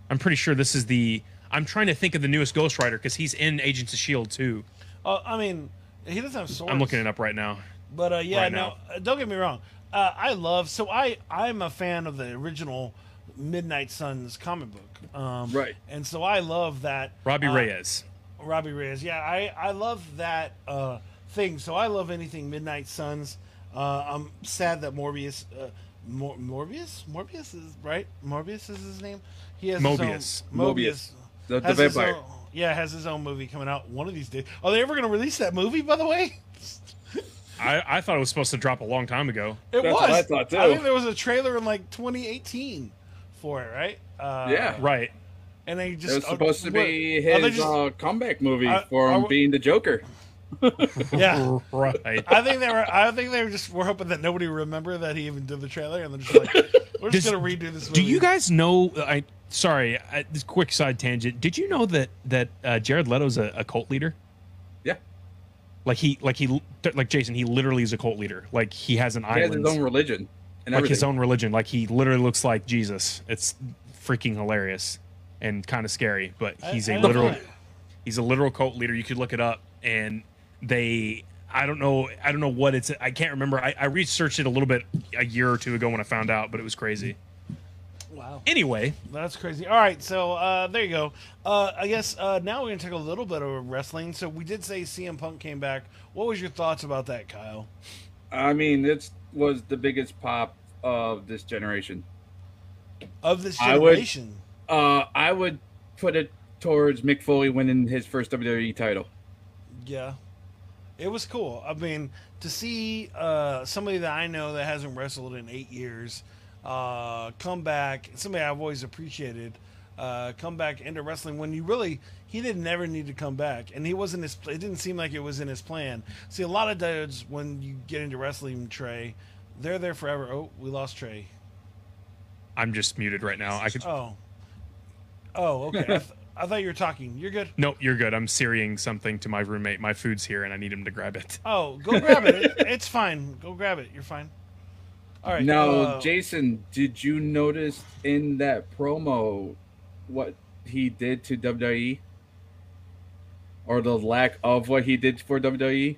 S3: I'm pretty sure this is the. I'm trying to think of the newest Ghost Rider because he's in Agents of Shield E too.
S2: Uh, I mean, he doesn't have swords.
S3: I'm looking it up right now.
S2: But uh, yeah,
S3: right
S2: no,
S3: now.
S2: uh, don't get me wrong. Uh, I love so I I'm a fan of the original Midnight Suns comic book. Um,
S4: Right.
S2: And so I love that
S3: Robbie
S2: uh,
S3: Reyes.
S2: Robbie Reyes. Yeah, I I love that uh, thing. So I love anything Midnight Suns. Uh, I'm sad that Morbius. Uh, Mor- Morbius, Morbius is right. Morbius is his name. He has his own-
S3: Mobius.
S2: Mobius.
S4: Mobius. The- the
S2: has his
S4: vampire.
S2: own- yeah, has his own movie coming out one of these days. Are they ever going to release that movie? By the way.
S3: I, I thought it was supposed to drop a long time ago.
S2: It
S4: That's
S2: was.
S4: what I thought, too.
S2: think there was a trailer in like 2018 for it, right? Uh,
S4: Yeah.
S3: Right.
S2: And they
S4: It
S2: just
S4: was supposed to
S2: what-
S4: be
S2: are they
S4: his
S2: just-
S4: uh, comeback movie
S2: Are-
S4: for him
S2: are we-
S4: being the Joker.
S2: yeah.
S3: Right.
S2: I think they were. I think they were just. We're hoping that nobody would remember that he even did the trailer, and they're just like, "We're just
S3: Does-
S2: gonna redo this." Movie.
S3: Do you guys know? I sorry. I, this quick side tangent. Did you know that that uh, Jared Leto's a, a cult leader?
S4: Yeah,
S3: Like he, like he, like Jason, he literally is a cult leader. Like he has an
S4: He has
S3: island,
S4: his own religion and
S3: like his
S4: everything.
S3: own religion. Like he literally looks like Jesus. It's freaking hilarious and kind of scary. But
S2: I-
S3: he's
S2: I
S3: a
S2: don't
S3: literal,
S2: know.
S3: he's a literal cult leader. You could look it up, and they, I don't know, I don't know what it's. I can't remember. I, I researched it a little bit a year or two ago when I found out, but it was crazy.
S2: Wow.
S3: Anyway,
S2: That's crazy. All right, so uh, there you go. Uh, I guess uh, now we're gonna take a little bit of wrestling. So we did say CM Punk came back. What was your thoughts about that, Kyle?
S4: I mean, this was the biggest pop of this generation.
S2: Of this
S4: I would-
S2: generation,
S4: Uh, I would put it towards Mick Foley winning his first WWE title.
S2: yeah, it was cool. I mean, to see uh, somebody that I know that hasn't wrestled in eight years uh, come back, somebody I've always appreciated. Uh, come back into wrestling when you really he didn't never need to come back and he wasn't his it didn't seem like it was in his plan see a lot of dudes when you get into wrestling trey they're there forever oh we lost trey
S3: I'm just muted right now. I could.
S2: Oh. Oh, okay. I, th- I thought you were talking. You're good.
S3: Nope, you're good. I'm Siriing something to my roommate. My food's here, and I need him to grab it.
S2: Oh, go grab it. It- It's fine. Go grab it. You're fine. All right.
S4: Now,
S2: uh,
S4: Jason, did you notice in that promo what he did to WWE? Or the lack of what he did for E? WWE?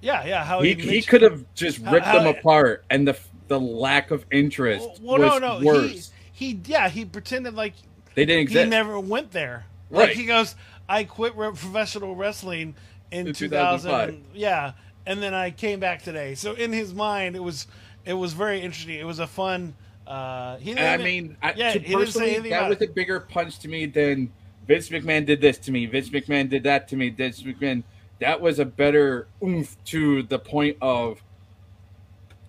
S2: Yeah, yeah. How
S4: He,
S2: he,
S4: he
S2: makes-
S4: could have just
S2: How-
S4: ripped
S2: how-
S4: them apart, and the the lack of interest
S2: Well, Oh, well, no,
S4: was
S2: no.
S4: worse.
S2: He, he, yeah, he pretended like
S4: they didn't
S2: he
S4: exist.
S2: never went there. Like
S4: Right.
S2: he goes, I quit re- professional wrestling in,
S4: In
S2: 2000.
S4: 2005.
S2: Yeah, and then I came back today. So in his mind, it was it was very interesting. It was a fun. Uh, he didn't
S4: And I
S2: even-
S4: mean, I,
S2: yeah,
S4: to
S2: he didn't say
S4: personally,
S2: anything
S4: that
S2: about
S4: was
S2: it.
S4: a bigger punch to me than Vince McMahon did this to me. Vince McMahon did that to me. Vince McMahon. That was a better oomph to the point of.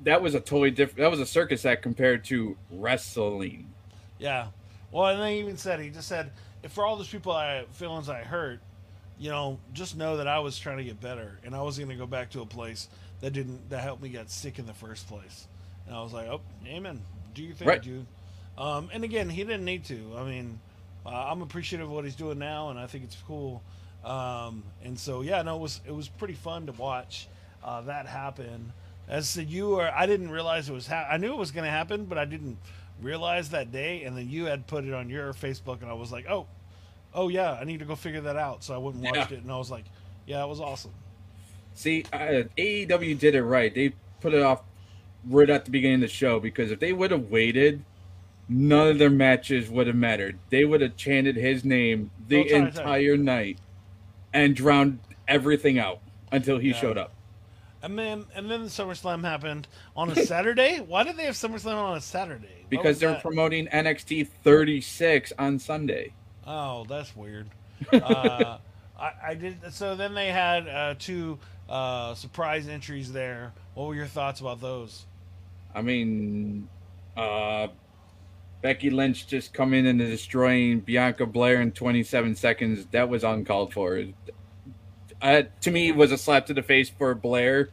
S4: That was a totally different. That was a circus act compared to wrestling.
S2: Yeah. Well, and they even said he just said, "If for all those people I feelings I hurt, you know, just know that I was trying to get better, and I was going to go back to a place that didn't that helped me get sick in the first place." And I was like, "Oh, amen. Do your thing,
S4: Right.
S2: dude." Um, and again, he didn't need to. I mean, uh, I'm appreciative of what he's doing now, and I think it's cool. Um, and so, yeah, no, it was it was pretty fun to watch uh, that happen. As I said, you are. I didn't realize it was. Ha- I knew it was going to happen, but I didn't realize that day. And then you had put it on your Facebook, and I was like, oh, oh yeah, I need to go figure that out. So I went and watched
S4: Yeah.
S2: it, and I was like, yeah, it was awesome.
S4: See, I, AEW did it right. They put it off right at the beginning of the show because if they would have waited, none of their matches would have mattered. They would have chanted his name the
S2: Oh, sorry, sorry.
S4: entire night and drowned everything out until he
S2: Yeah.
S4: showed up.
S2: And then and then SummerSlam happened on a Saturday. Why did they have SummerSlam on a Saturday? What
S4: Because
S2: was
S4: they're
S2: that?
S4: promoting NXT 36 on Sunday.
S2: Oh, that's weird. uh, I, I did. So then they had uh, two uh, surprise entries there. What were your thoughts about those?
S4: I mean, uh, Becky Lynch just coming and destroying Bianca Blair in 27 seconds. That was uncalled for. Uh, to me, it was a slap to the face for Blair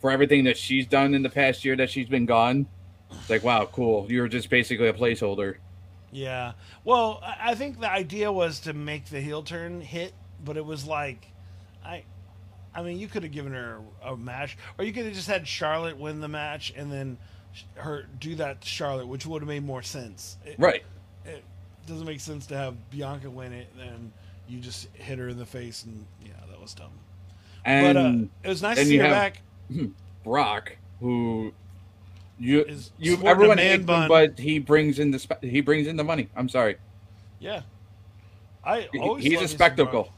S4: for everything that she's done in the past year that she's been gone. It's like, wow, cool. You were just basically a placeholder.
S2: Yeah. Well, I- I think the idea was to make the heel turn hit, but it was like, I, I mean, you could have given her a match, or you could have just had Charlotte win the match and then sh- her do that to Charlotte, which would have made more sense. It,
S4: Right.
S2: it doesn't make sense to have Bianca win it, and you just hit her in the face, and yeah, that was dumb.
S4: And
S2: but uh, it was nice to
S4: and
S2: see
S4: you
S2: her
S4: have-
S2: back.
S4: Brock, who you
S2: Is
S4: you
S2: sporting a
S4: everyone
S2: man
S4: hates him,
S2: bun.
S4: but he brings in the spe- he brings in the money. I'm sorry.
S2: Yeah, I
S4: He-
S2: always
S4: He's
S2: love
S4: a
S2: me some Brock.
S4: spectacle.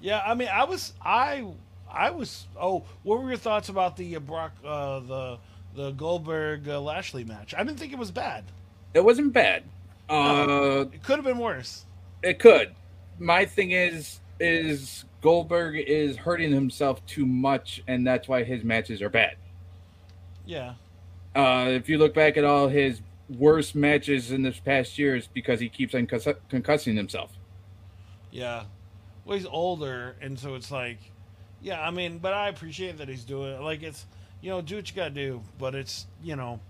S2: Yeah, I mean, I was, I, I was. Oh, what were your thoughts about the uh, Brock, uh, the the Goldberg uh, Lashley match? I didn't think it was bad.
S4: It wasn't bad. Uh,
S2: It could have been worse.
S4: It could. My thing is is Goldberg is hurting himself too much, and that's why his matches are bad.
S2: Yeah,
S4: Uh, if you look back at all his worst matches in this past year, it's because he keeps on concuss- concussing himself.
S2: yeah. Well, he's older, and so it's like, yeah. I mean, but I appreciate that he's doing. it. Like it's, you know, do what you gotta do. But it's, you know,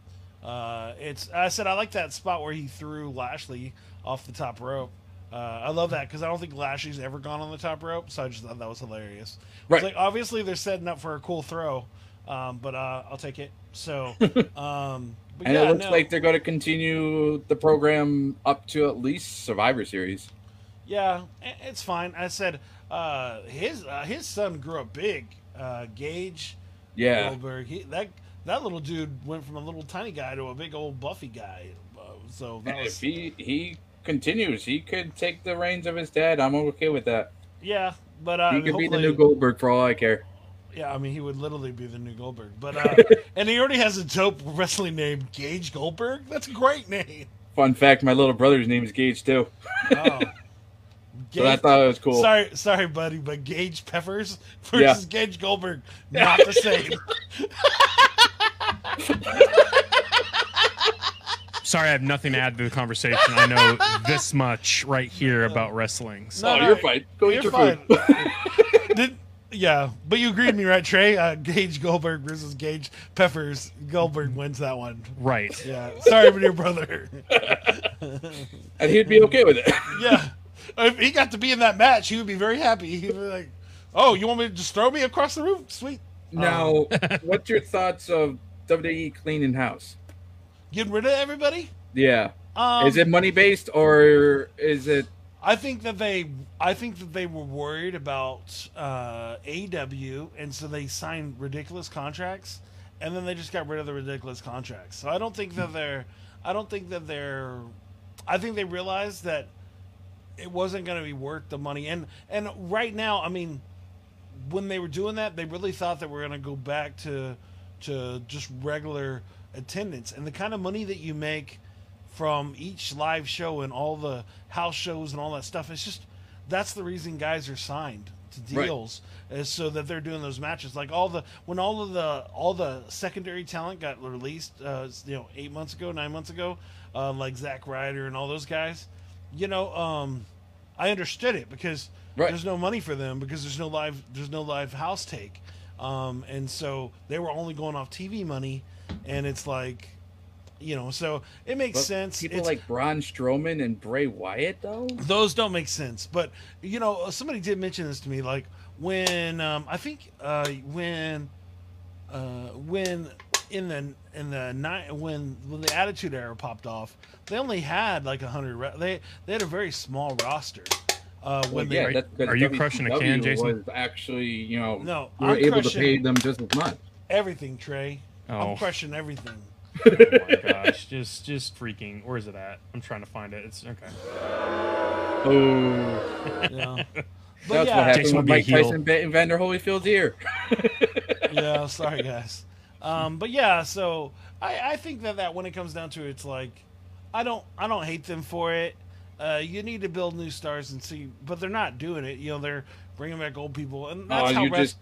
S2: uh, it's. I said I like that spot where he threw Lashley off the top rope. Uh, I love that because I don't think Lashley's ever gone on the top rope, so I just thought that was hilarious.
S4: Right.
S2: It's like obviously they're setting up for a cool throw, um, but uh, I'll take it. So, um, but
S4: And
S2: yeah,
S4: it looks
S2: no.
S4: like they're going to continue the program up to at least Survivor Series.
S2: Yeah, i- it's fine. I said uh, his uh, his son grew up big. Uh, Gage
S4: Yeah.
S2: Goldberg. He, that that little dude went from a little tiny guy to a big old Buffy guy. Uh, so that
S4: And if
S2: was,
S4: he he continues, he could take the reins of his dad. I'm okay with that.
S2: yeah. But uh,
S4: he could be the
S2: hopefully-
S4: new Goldberg for all I care.
S2: Yeah, I mean he would literally be the new Goldberg. But uh, and he already has a dope wrestling name, Gage Goldberg. That's a great name.
S4: Fun fact: my little brother's name is Gage too,
S2: Oh.
S4: so I thought it was cool.
S2: Sorry, sorry, buddy, but Gage Peppers versus Gage Goldberg, not the same.
S3: Sorry, I have nothing to add to the conversation. I know this much right here about wrestling. So.
S4: Oh,
S2: No, no,
S4: you're fine. Go
S2: you're
S4: eat your
S2: fine.
S4: food.
S2: Did, yeah, but you agreed with me, right, Trey? Uh, Gage Goldberg versus Gage Peppers. Goldberg wins that one.
S3: Right.
S2: Yeah, sorry for your brother.
S4: and he'd be okay with it.
S2: Yeah, if he got to be in that match, he would be very happy. He'd be like, "Oh, you want me to just throw me across the roof? Sweet,
S4: now,
S2: Oh.
S4: what's your thoughts of WWE cleaning house?
S2: getting rid of everybody."
S4: Yeah,
S2: Um,
S4: is it money based or is it?
S2: I think that they, I think that they were worried about uh, AW, and so they signed ridiculous contracts, and then they just got rid of the ridiculous contracts. So I don't think that they're, I don't think that they're, I think they realized that it wasn't going to be worth the money. And and right now, I mean, when they were doing that, they really thought that we're going to go back to to just regular attendance and the kind of money that you make from each live show and all the house shows and all that stuff. It's just that's the reason guys are signed to
S4: Right.
S2: deals is uh, so that they're doing those matches. Like all the when all of the all the secondary talent got released, uh, you know, eight months ago, nine months ago, uh, like Zack Ryder and all those guys. You know, um, I understood it because
S4: Right.
S2: there's no money for them because there's no live there's no live house take, um, and so they were only going off TV money, and it's like, you know, so it makes sense.
S4: People
S2: It's-
S4: like Braun Strowman and Bray Wyatt though.
S2: those don't make sense. But you know, somebody did mention this to me. Like when um, I think uh, when uh, when in the in the night when when the Attitude Era popped off, they only had like a hundred. Re- they they had a very small roster. Uh, when
S4: yeah,
S2: they,
S4: that's 'cause
S3: Are you crushing a
S4: WCW
S3: can, Jason?
S4: Was actually, you know,
S2: No,
S4: we were
S2: I'm
S4: able
S2: crushing-
S4: to pay them just as much.
S2: everything, Trey.
S3: Oh.
S2: I'm crushing everything.
S3: Oh my gosh. Just just freaking. Where is it at? I'm trying to find it. It's okay.
S4: Oh.
S2: You know? but
S4: That's
S2: yeah,
S4: what happened
S3: Jason will
S4: when
S3: be a
S4: Mike
S3: heel.
S4: Tyson bit Vander Holyfield's ear.
S2: yeah, sorry guys. Um, but yeah, so I, I think that that when it comes down to it, it's like I don't I don't hate them for it. Uh, you need to build new stars and see, but they're not doing it. You know, they're bringing back old people, and that's
S4: oh,
S2: how
S4: you
S2: rest-
S4: just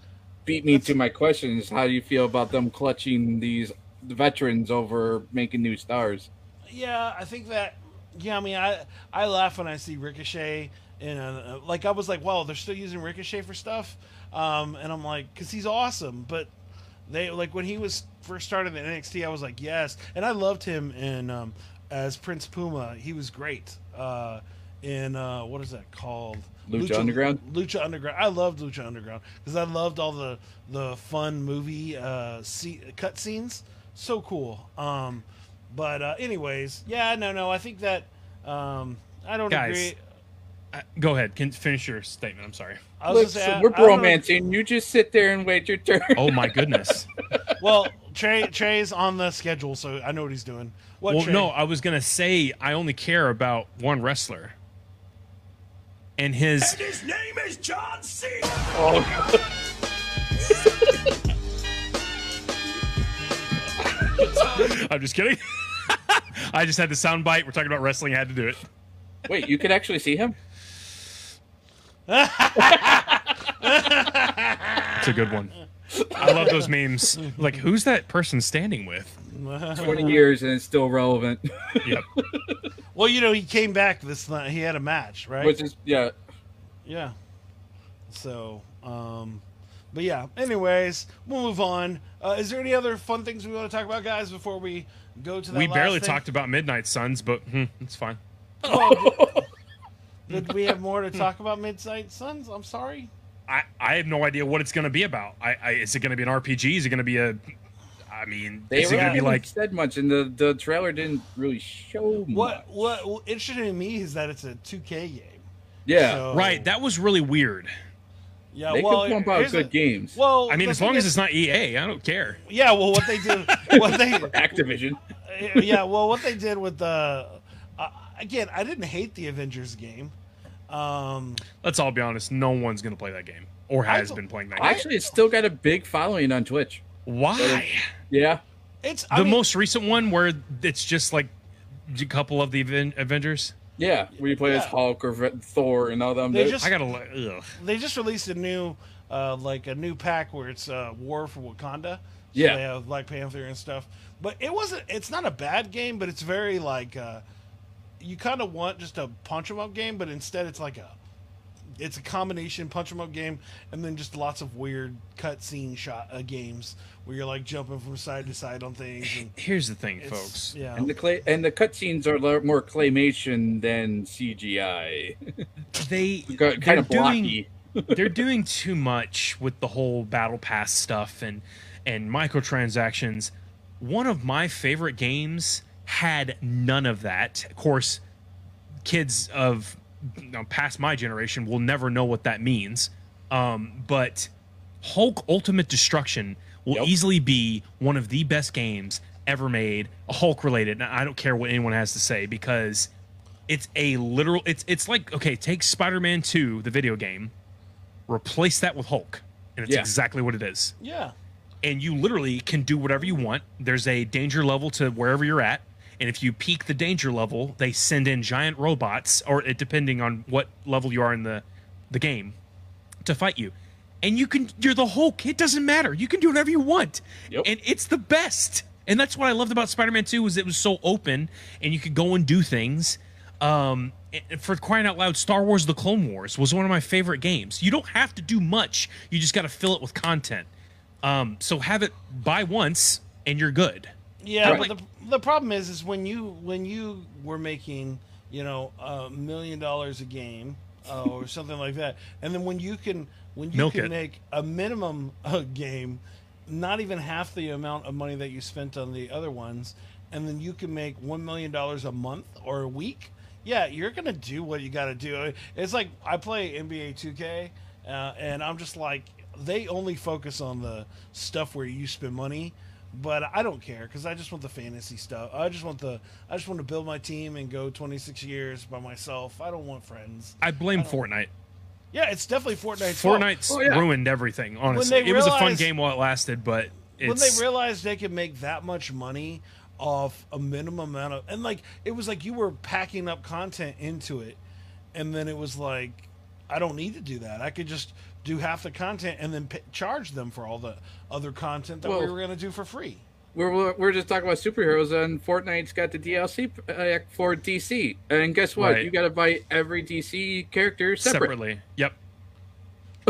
S4: beat me to my questions. How do you feel about them clutching these veterans over making new stars?
S2: Yeah, I think that. Yeah, I mean, I I laugh when I see Ricochet and uh, like I was like, wow, they're still using Ricochet for stuff, um, and I'm like, because he's awesome. But they like when he was first started in NXT, I was like, yes, and I loved him in um, as Prince Puma. He was great uh, in uh, what is that called?
S4: Lucha Underground?
S2: Lucha Underground. I loved Lucha Underground because I loved all the the fun movie uh, see, cut scenes. So cool. Um, but uh, anyways, yeah, no, no. I think that um, I don't
S3: Guys.
S2: agree.
S3: Uh, go ahead. Can finish your statement. I'm sorry.
S2: I was
S4: Look,
S2: gonna say, I-
S4: we're
S2: I don't-
S4: bromancing. You just sit there and wait your turn.
S3: Oh my goodness.
S2: Well, Trey Trey's on the schedule, so I know what he's doing. What?
S3: well,
S2: Trey?
S3: no, I was gonna say I only care about one wrestler, and his
S1: His name is John Cena.
S3: I'm just kidding. I just had the sound bite. We're talking about wrestling. I had to do it.
S4: Wait, you could actually see him?
S3: It's a good one. I love those memes. Like, who's that person standing with?
S4: 20 years and it's still relevant.
S3: Yep.
S2: Well, you know, he came back this night. He had a match, right?
S4: Which is, yeah.
S2: Yeah. So, um, but yeah. Anyways, we'll move on. Uh, is there any other fun things we want to talk about, guys, before we go to that?
S3: We barely
S2: last thing?
S3: talked about Midnight Suns, but hmm, it's fine.
S2: Did we have more to talk about Midnight Suns? I'm sorry.
S3: I, I have no idea what it's going to be about. I, I is it going to be an RPG? Is it going to be a? I mean,
S4: They
S3: is it
S4: really
S3: going to be
S4: haven't
S3: like?
S4: said much, and the, the trailer didn't really show
S2: What,
S4: much.
S2: what what interested me is that it's a 2K game.
S4: Yeah,
S2: So-
S3: Right, that was really weird.
S2: yeah.
S4: they
S2: well,
S4: could pump out
S2: here's
S4: good
S2: the-
S4: games.
S2: Well,
S3: I mean,
S2: the
S3: as long
S2: thing
S3: as
S2: is-
S3: it's not EA, I don't care.
S2: yeah. Well, what they did, what they
S4: Activision.
S2: yeah, well, what they did with the uh, again, I didn't hate the Avengers game. Um,
S3: Let's all be honest. No one's going to play that game or
S2: I
S3: has
S2: don't-
S3: been playing that game.
S4: Actually, it's still got a big following on Twitch.
S3: Why?
S4: Yeah,
S2: it's
S3: The
S2: I mean,
S3: most recent one where it's just like a couple of the Aven- Avengers.
S4: yeah. Where you play as
S2: Yeah.
S4: Hulk or Ve- Thor and all them.
S2: They
S4: They're-
S2: just-
S3: I gotta. li- Ugh.
S2: they just released a new uh, like a new pack where it's uh, War for Wakanda. So
S4: Yeah.
S2: they have Black Panther and stuff. But it wasn't. It's not a bad game, but it's very like uh, you kind of want just a punch 'em up game, but instead it's like a it's a combination punch 'em up game and then just lots of weird cutscene shot uh, games where you're like jumping from side to side on things. And
S3: Here's the thing,
S2: it's-
S3: folks.
S2: yeah.
S4: and the clay and the cutscenes are lo- more claymation than CGI.
S3: They
S4: Ki- kind
S3: they're
S4: of blocky.
S3: they're doing too much with the whole battle pass stuff and and microtransactions. One of my favorite games had none of that. Of course, kids of you know, past my generation will never know what that means. Um, but Hulk Ultimate Destruction will
S4: Yep.
S3: easily be one of the best games ever made, Hulk related. And I don't care what anyone has to say because it's a literal. It's it's like okay, take Spider-Man Two, the video game, replace that with Hulk, and it's
S4: Yeah.
S3: exactly what it is.
S2: Yeah.
S3: And you literally can do whatever you want. There's a danger level to wherever you're at, and if you peak the danger level, they send in giant robots, or it, depending on what level you are in the the game, to fight you. And you can you're the Hulk. It doesn't matter. You can do whatever you want,
S4: Yep.
S3: and it's the best. And that's what I loved about Spider-Man 2 was it was so open, and you could go and do things. Um, and for crying out loud, Star Wars: The Clone Wars was one of my favorite games. You don't have to do much. You just got to fill it with content. Um, so have it buy once, and you're good.
S2: Yeah,
S4: Right.
S2: but the, the problem is, is when you when you were making you know a million dollars a game uh, or something like that, and then when you can when you
S3: Milk
S2: can
S3: it.
S2: make a minimum a game, not even half the amount of money that you spent on the other ones, and then you can make one million dollars a month or a week. Yeah, you're gonna do what you got to do. It's like I play NBA 2K, uh, and I'm just like they only focus on the stuff where you spend money but I don't care because I just want the fantasy stuff. I just want the I just want to build my team and go 26 years by myself. I don't want friends.
S3: I blame Fortnite.
S2: Yeah, it's definitely Fortnite's fault.
S3: Fortnite's
S4: Oh, yeah.
S3: ruined everything. Honestly,
S2: they
S3: it was a fun
S2: realized-
S3: game while it lasted, but it's
S2: when they realized they could make that much money off a minimum amount of and like it was like you were packing up content into it and then it was like i don't need to do that i could just do half the content and then p- charge them for all the other content that we
S4: Well-
S2: were going to do for free
S4: We're, we're, we're just talking about superheroes, and Fortnite's got the DLC pack uh, for DC. And guess what?
S3: Right.
S4: You got to buy every DC character separate.
S3: separately. Yep.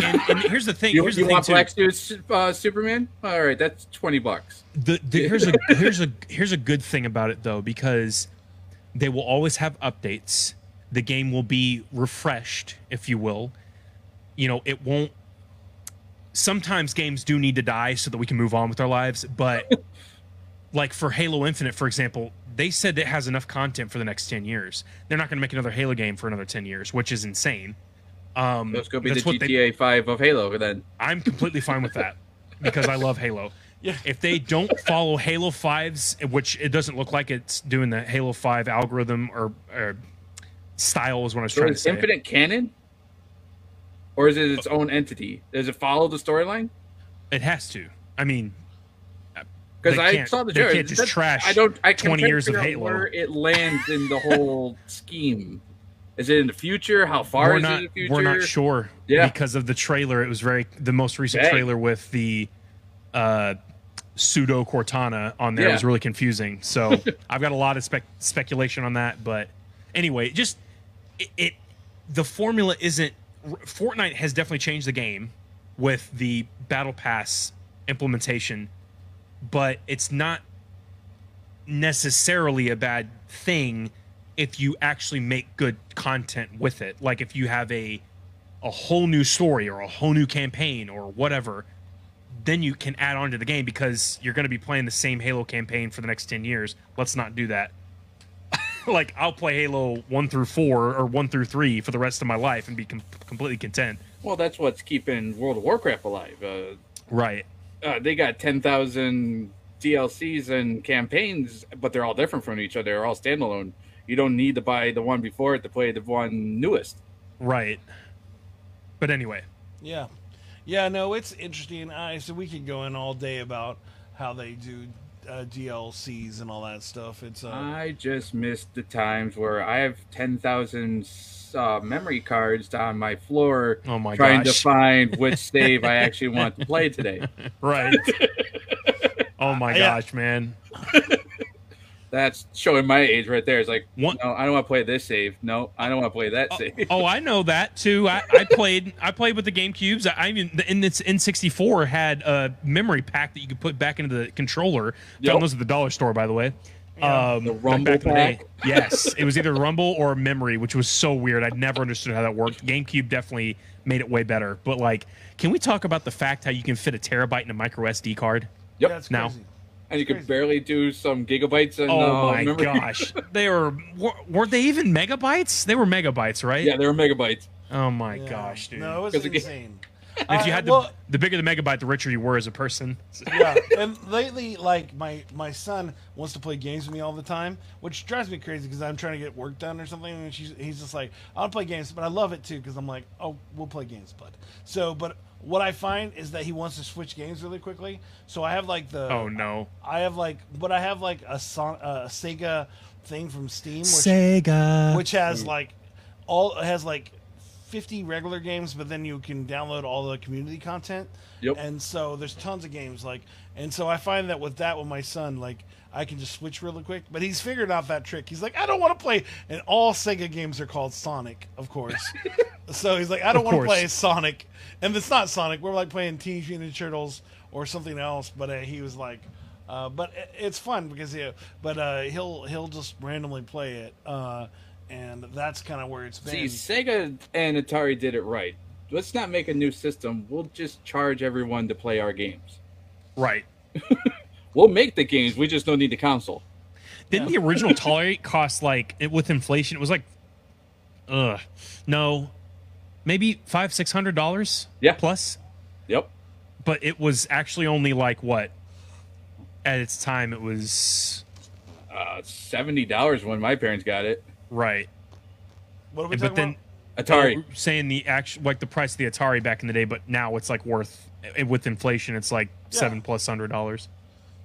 S3: And, and here's the thing.
S4: You,
S3: here's
S4: you
S3: the thing
S4: want
S3: too.
S4: Black Suit uh, Superman? All right, that's twenty bucks.
S3: the, the here's a here's a here's a good thing about it though because they will always have updates the game will be refreshed if you will you know it won't sometimes games do need to die so that we can move on with our lives but like for halo infinite for example they said it has enough content for the next 10 years they're not going to make another halo game for another 10 years which is insane um
S4: That's gonna be
S3: that's
S4: the
S3: what
S4: GTA
S3: they-
S4: Five of Halo. Then
S3: I'm completely fine with that because I love Halo.
S2: Yeah.
S3: If they don't follow Halo 5's, which it doesn't look like it's doing the Halo 5 algorithm or, or style, is what I was
S4: so
S3: trying to
S4: is
S3: say.
S4: Infinite canon, or is it its own entity? Does it follow the storyline?
S3: It has to. I mean,
S4: Because
S3: They
S4: I
S3: can't-
S4: saw the
S3: they
S4: trailer.
S3: can't just
S4: That's-
S3: trash
S4: I don't. I
S3: 20
S4: can't
S3: years of
S4: figure out
S3: Halo.
S4: Where it lands in the whole scheme. Is it in the future? How far
S3: we're
S4: is
S3: not
S4: it in the future?
S3: we're not sure
S4: Yeah.
S3: because of the trailer. It was very the most recent
S4: Dang.
S3: trailer with the uh, pseudo Cortana on there
S4: Yeah.
S3: was really confusing. So I've got a lot of spec- speculation on that. But anyway, just it, it the formula isn't. Fortnite has definitely changed the game with the battle pass implementation, but it's not necessarily a bad thing if you actually make good content with it. Like if you have a a whole new story or a whole new campaign or whatever, then you can add on to the game because you're going to be playing the same Halo campaign for the next 10 years. Let's not do that. like I'll play Halo 1 through 4 or 1 through 3 for the rest of my life and be com- completely content.
S4: Well, that's what's keeping World of Warcraft alive. Uh,
S3: Right.
S4: uh, they got 10,000 DLCs and campaigns, but they're all different from each other. They're all standalone. You don't need to buy the one before it to play the one newest.
S3: Right. But anyway,
S2: Yeah. Yeah, no, it's interesting. I so we could go in all day about how they do uh, DLCs and all that stuff. It's uh,
S4: I just missed the times where I have 10,000 uh, memory cards on my floor
S3: oh my
S4: trying
S3: gosh.
S4: to find which save I actually want to play today.
S3: right. oh my
S2: Yeah.
S3: gosh, man.
S4: That's showing my age right there. It's like,
S3: One,
S4: no, I don't want to play this save. No, I don't want to play that save.
S3: oh, I know that too. I, I played. I played with the GameCubes. I, I even the in this N64 had a memory pack that you could put back into the controller.
S4: Yep.
S3: Found those at the dollar store, by the way. Um,
S4: The Rumble
S3: back in the day.
S4: pack.
S3: Yes, it was either Rumble or Memory, which was so weird. I never understood how that worked. GameCube definitely made it way better. But like, can we talk about the fact how you can fit a terabyte in a micro SD card?
S4: Yep.
S2: that's
S3: now.
S2: crazy.
S4: and you could barely do some gigabytes. And,
S3: Oh
S4: uh,
S3: my
S4: memory-
S3: gosh, they were were- were they even megabytes? They were megabytes, right?
S4: Yeah, they were megabytes.
S3: Oh my
S2: Yeah.
S3: gosh, dude.
S2: No, it was
S4: 'Cause again-
S2: insane.
S3: And if you
S2: Uh,
S3: had the,
S2: well-
S3: the bigger the megabyte, the richer you were as a person.
S2: yeah, and lately, like my my son wants to play games with me all the time, which drives me crazy because I'm trying to get work done or something, and she's, he's just like, "I'll play games," but I love it too because I'm like, "Oh, we'll play games, bud." So, but what I find is that he wants to switch games really quickly. So I have like the
S3: Oh no,
S2: I have like, but I have like a, son, a Sega thing from Steam, which,
S3: Sega.
S2: which has like all it has like 50 regular games, but then you can download all the community content.
S4: Yep.
S2: And so there's tons of games like, and so I find that with that with my son, like I can just switch really quick. But he's figured out that trick. He's like, I don't want to play, and all Sega games are called Sonic, of course. so he's like, I don't
S3: Of
S2: want to
S3: course.
S2: play Sonic, and it's not Sonic. We're like playing Teenage Mutant Ninja Turtles or something else. But uh, he was like. Uh, but it- it's fun because he, but uh, he'll he'll just randomly play it, uh, and that's kind of where it's
S4: See,
S2: been.
S4: Sega and Atari did it right. Let's not make a new system. We'll just charge everyone to play our games.
S3: Right.
S4: We'll make the games. We just don't need the console.
S3: Didn't the original Tolerate cost like it, with inflation? It was like, ugh, no, maybe five six hundred dollars.
S4: Yeah.
S3: Plus,
S4: Yep.
S3: but it was actually only like what? At its time, it was
S4: Uh, Seventy dollars when my parents got it.
S3: right.
S2: What are we
S3: but
S2: talking
S3: then
S2: about?
S4: Atari.
S3: we're saying the actual like the price of the Atari back in the day, but now it's like worth eh, with inflation, it's like
S2: Yeah.
S3: seven plus hundred dollars.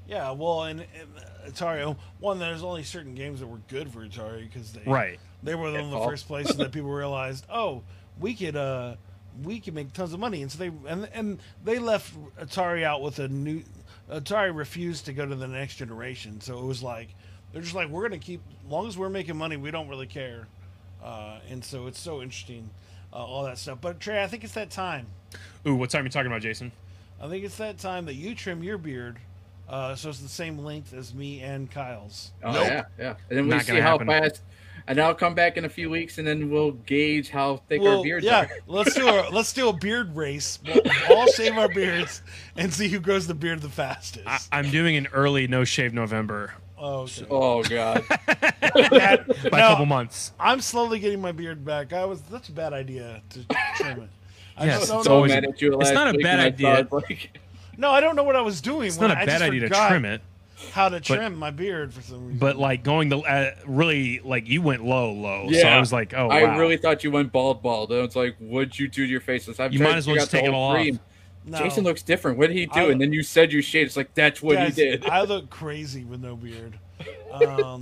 S2: Yeah, well, and, and Atari. oh, One, there's only certain games that were good for Atari because they
S3: Right.
S2: they were one of the
S4: Paul.
S2: first places that people realized, oh, we could uh we could make tons of money, and so they and and they left Atari out with a new. Atari refused to go to the next generation, so it was like they're just like we're gonna keep long as we're making money, we don't really care, uh, and so it's so interesting, uh, all that stuff. But Trey, I think it's that time.
S3: Ooh, what time are you talking about, Jason?
S2: I think it's that time that you trim your beard, uh, so it's the same length as me and Kyle's.
S4: Oh yeah, yeah. And then we
S3: Not
S4: see
S3: gonna
S4: how
S3: happen.
S4: fast. And I'll come back in a few weeks, and then we'll gauge how thick our beards
S2: yeah,
S4: are.
S2: let's do a let's do a beard race. We'll all shave our beards and see who grows the beard the fastest.
S3: I, I'm doing an early no shave November
S2: oh, okay.
S4: Oh god.
S2: That-
S3: by
S2: no,
S3: a couple months.
S2: I'm slowly getting my beard back. I was that's a bad idea to trim it. I
S3: Yes,
S2: just
S3: it's
S4: I was
S2: don't know.
S4: so
S3: always-
S4: mad at you
S3: it's
S4: last
S3: not a
S4: week
S3: bad
S4: when I
S3: idea.
S4: thought, like,
S2: no, I don't know what I was doing.
S3: It's not a bad idea to trim it,
S2: How to trim my beard for some reason.
S3: but like going the uh, really like you went low, low. So
S4: Yeah.
S3: I was like, oh, wow.
S4: I really thought you went bald, bald. And it's like, what'd you do to your face? It's- I've
S3: You
S4: tried
S3: might
S4: to
S3: as well
S4: figure
S3: just
S4: out the
S3: take it
S4: whole
S3: all off.
S4: cream.
S2: no.
S4: Jason looks different. What did he do?
S2: I-
S4: and then you said you shaved. It's like that's what
S2: Guys,
S4: he did.
S2: I look crazy with no beard. Um,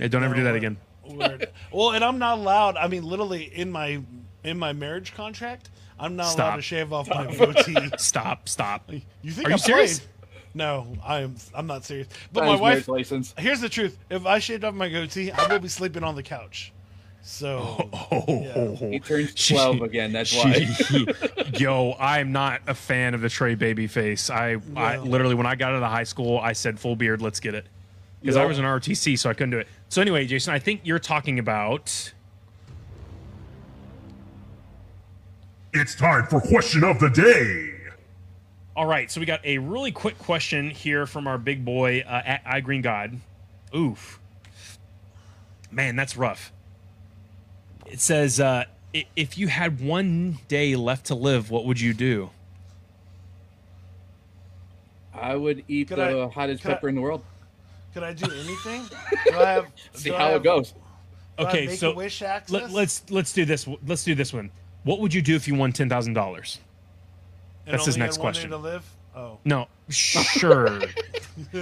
S3: Yeah, don't ever do that
S2: we're-
S3: again.
S2: we're- Well, and I'm not allowed. I mean, literally in my in my marriage contract, I'm not allowed
S3: Stop.
S2: to shave off my goatee.
S3: stop, stop.
S2: You think
S3: Are
S2: I'm
S3: you serious?
S2: playing? No, I'm I'm not serious. But
S4: That
S2: my
S4: is
S2: wife.
S4: marriage license.
S2: Here's the truth: if I shaved off my goatee, I will be sleeping on the couch. So
S3: Oh,
S4: He turns 12 again, that's
S3: why. yo, I'm not a fan of the Trey baby face. I, I
S2: No.
S3: literally when I got out of high school, I said full beard, let's get it. because I
S2: Yep.
S3: was an ROTC, so I couldn't do it. So anyway, Jason, I think you're talking about
S5: It's time for question of the day.
S3: All right, so we got a really quick question here from our big boy uh, at I Green God. Oof, man, that's rough. It says, uh, "I- if you had one day left to live, what would you do?
S4: I would eat
S2: Could
S4: the
S2: I-
S4: hottest
S2: could I-
S4: pepper in the world.
S2: Could I do anything? do I have,
S4: See
S2: do I
S4: how
S2: have-
S4: it goes.
S2: do I
S3: Okay,
S2: make
S3: so
S2: a wish access.
S3: Let, let's let's do this. w- Let's do this one. What would you do if you won ten thousand dollars?
S2: And
S3: that's his
S2: only had
S3: next
S2: one day
S3: question.
S2: To live? Oh,
S3: No, sure.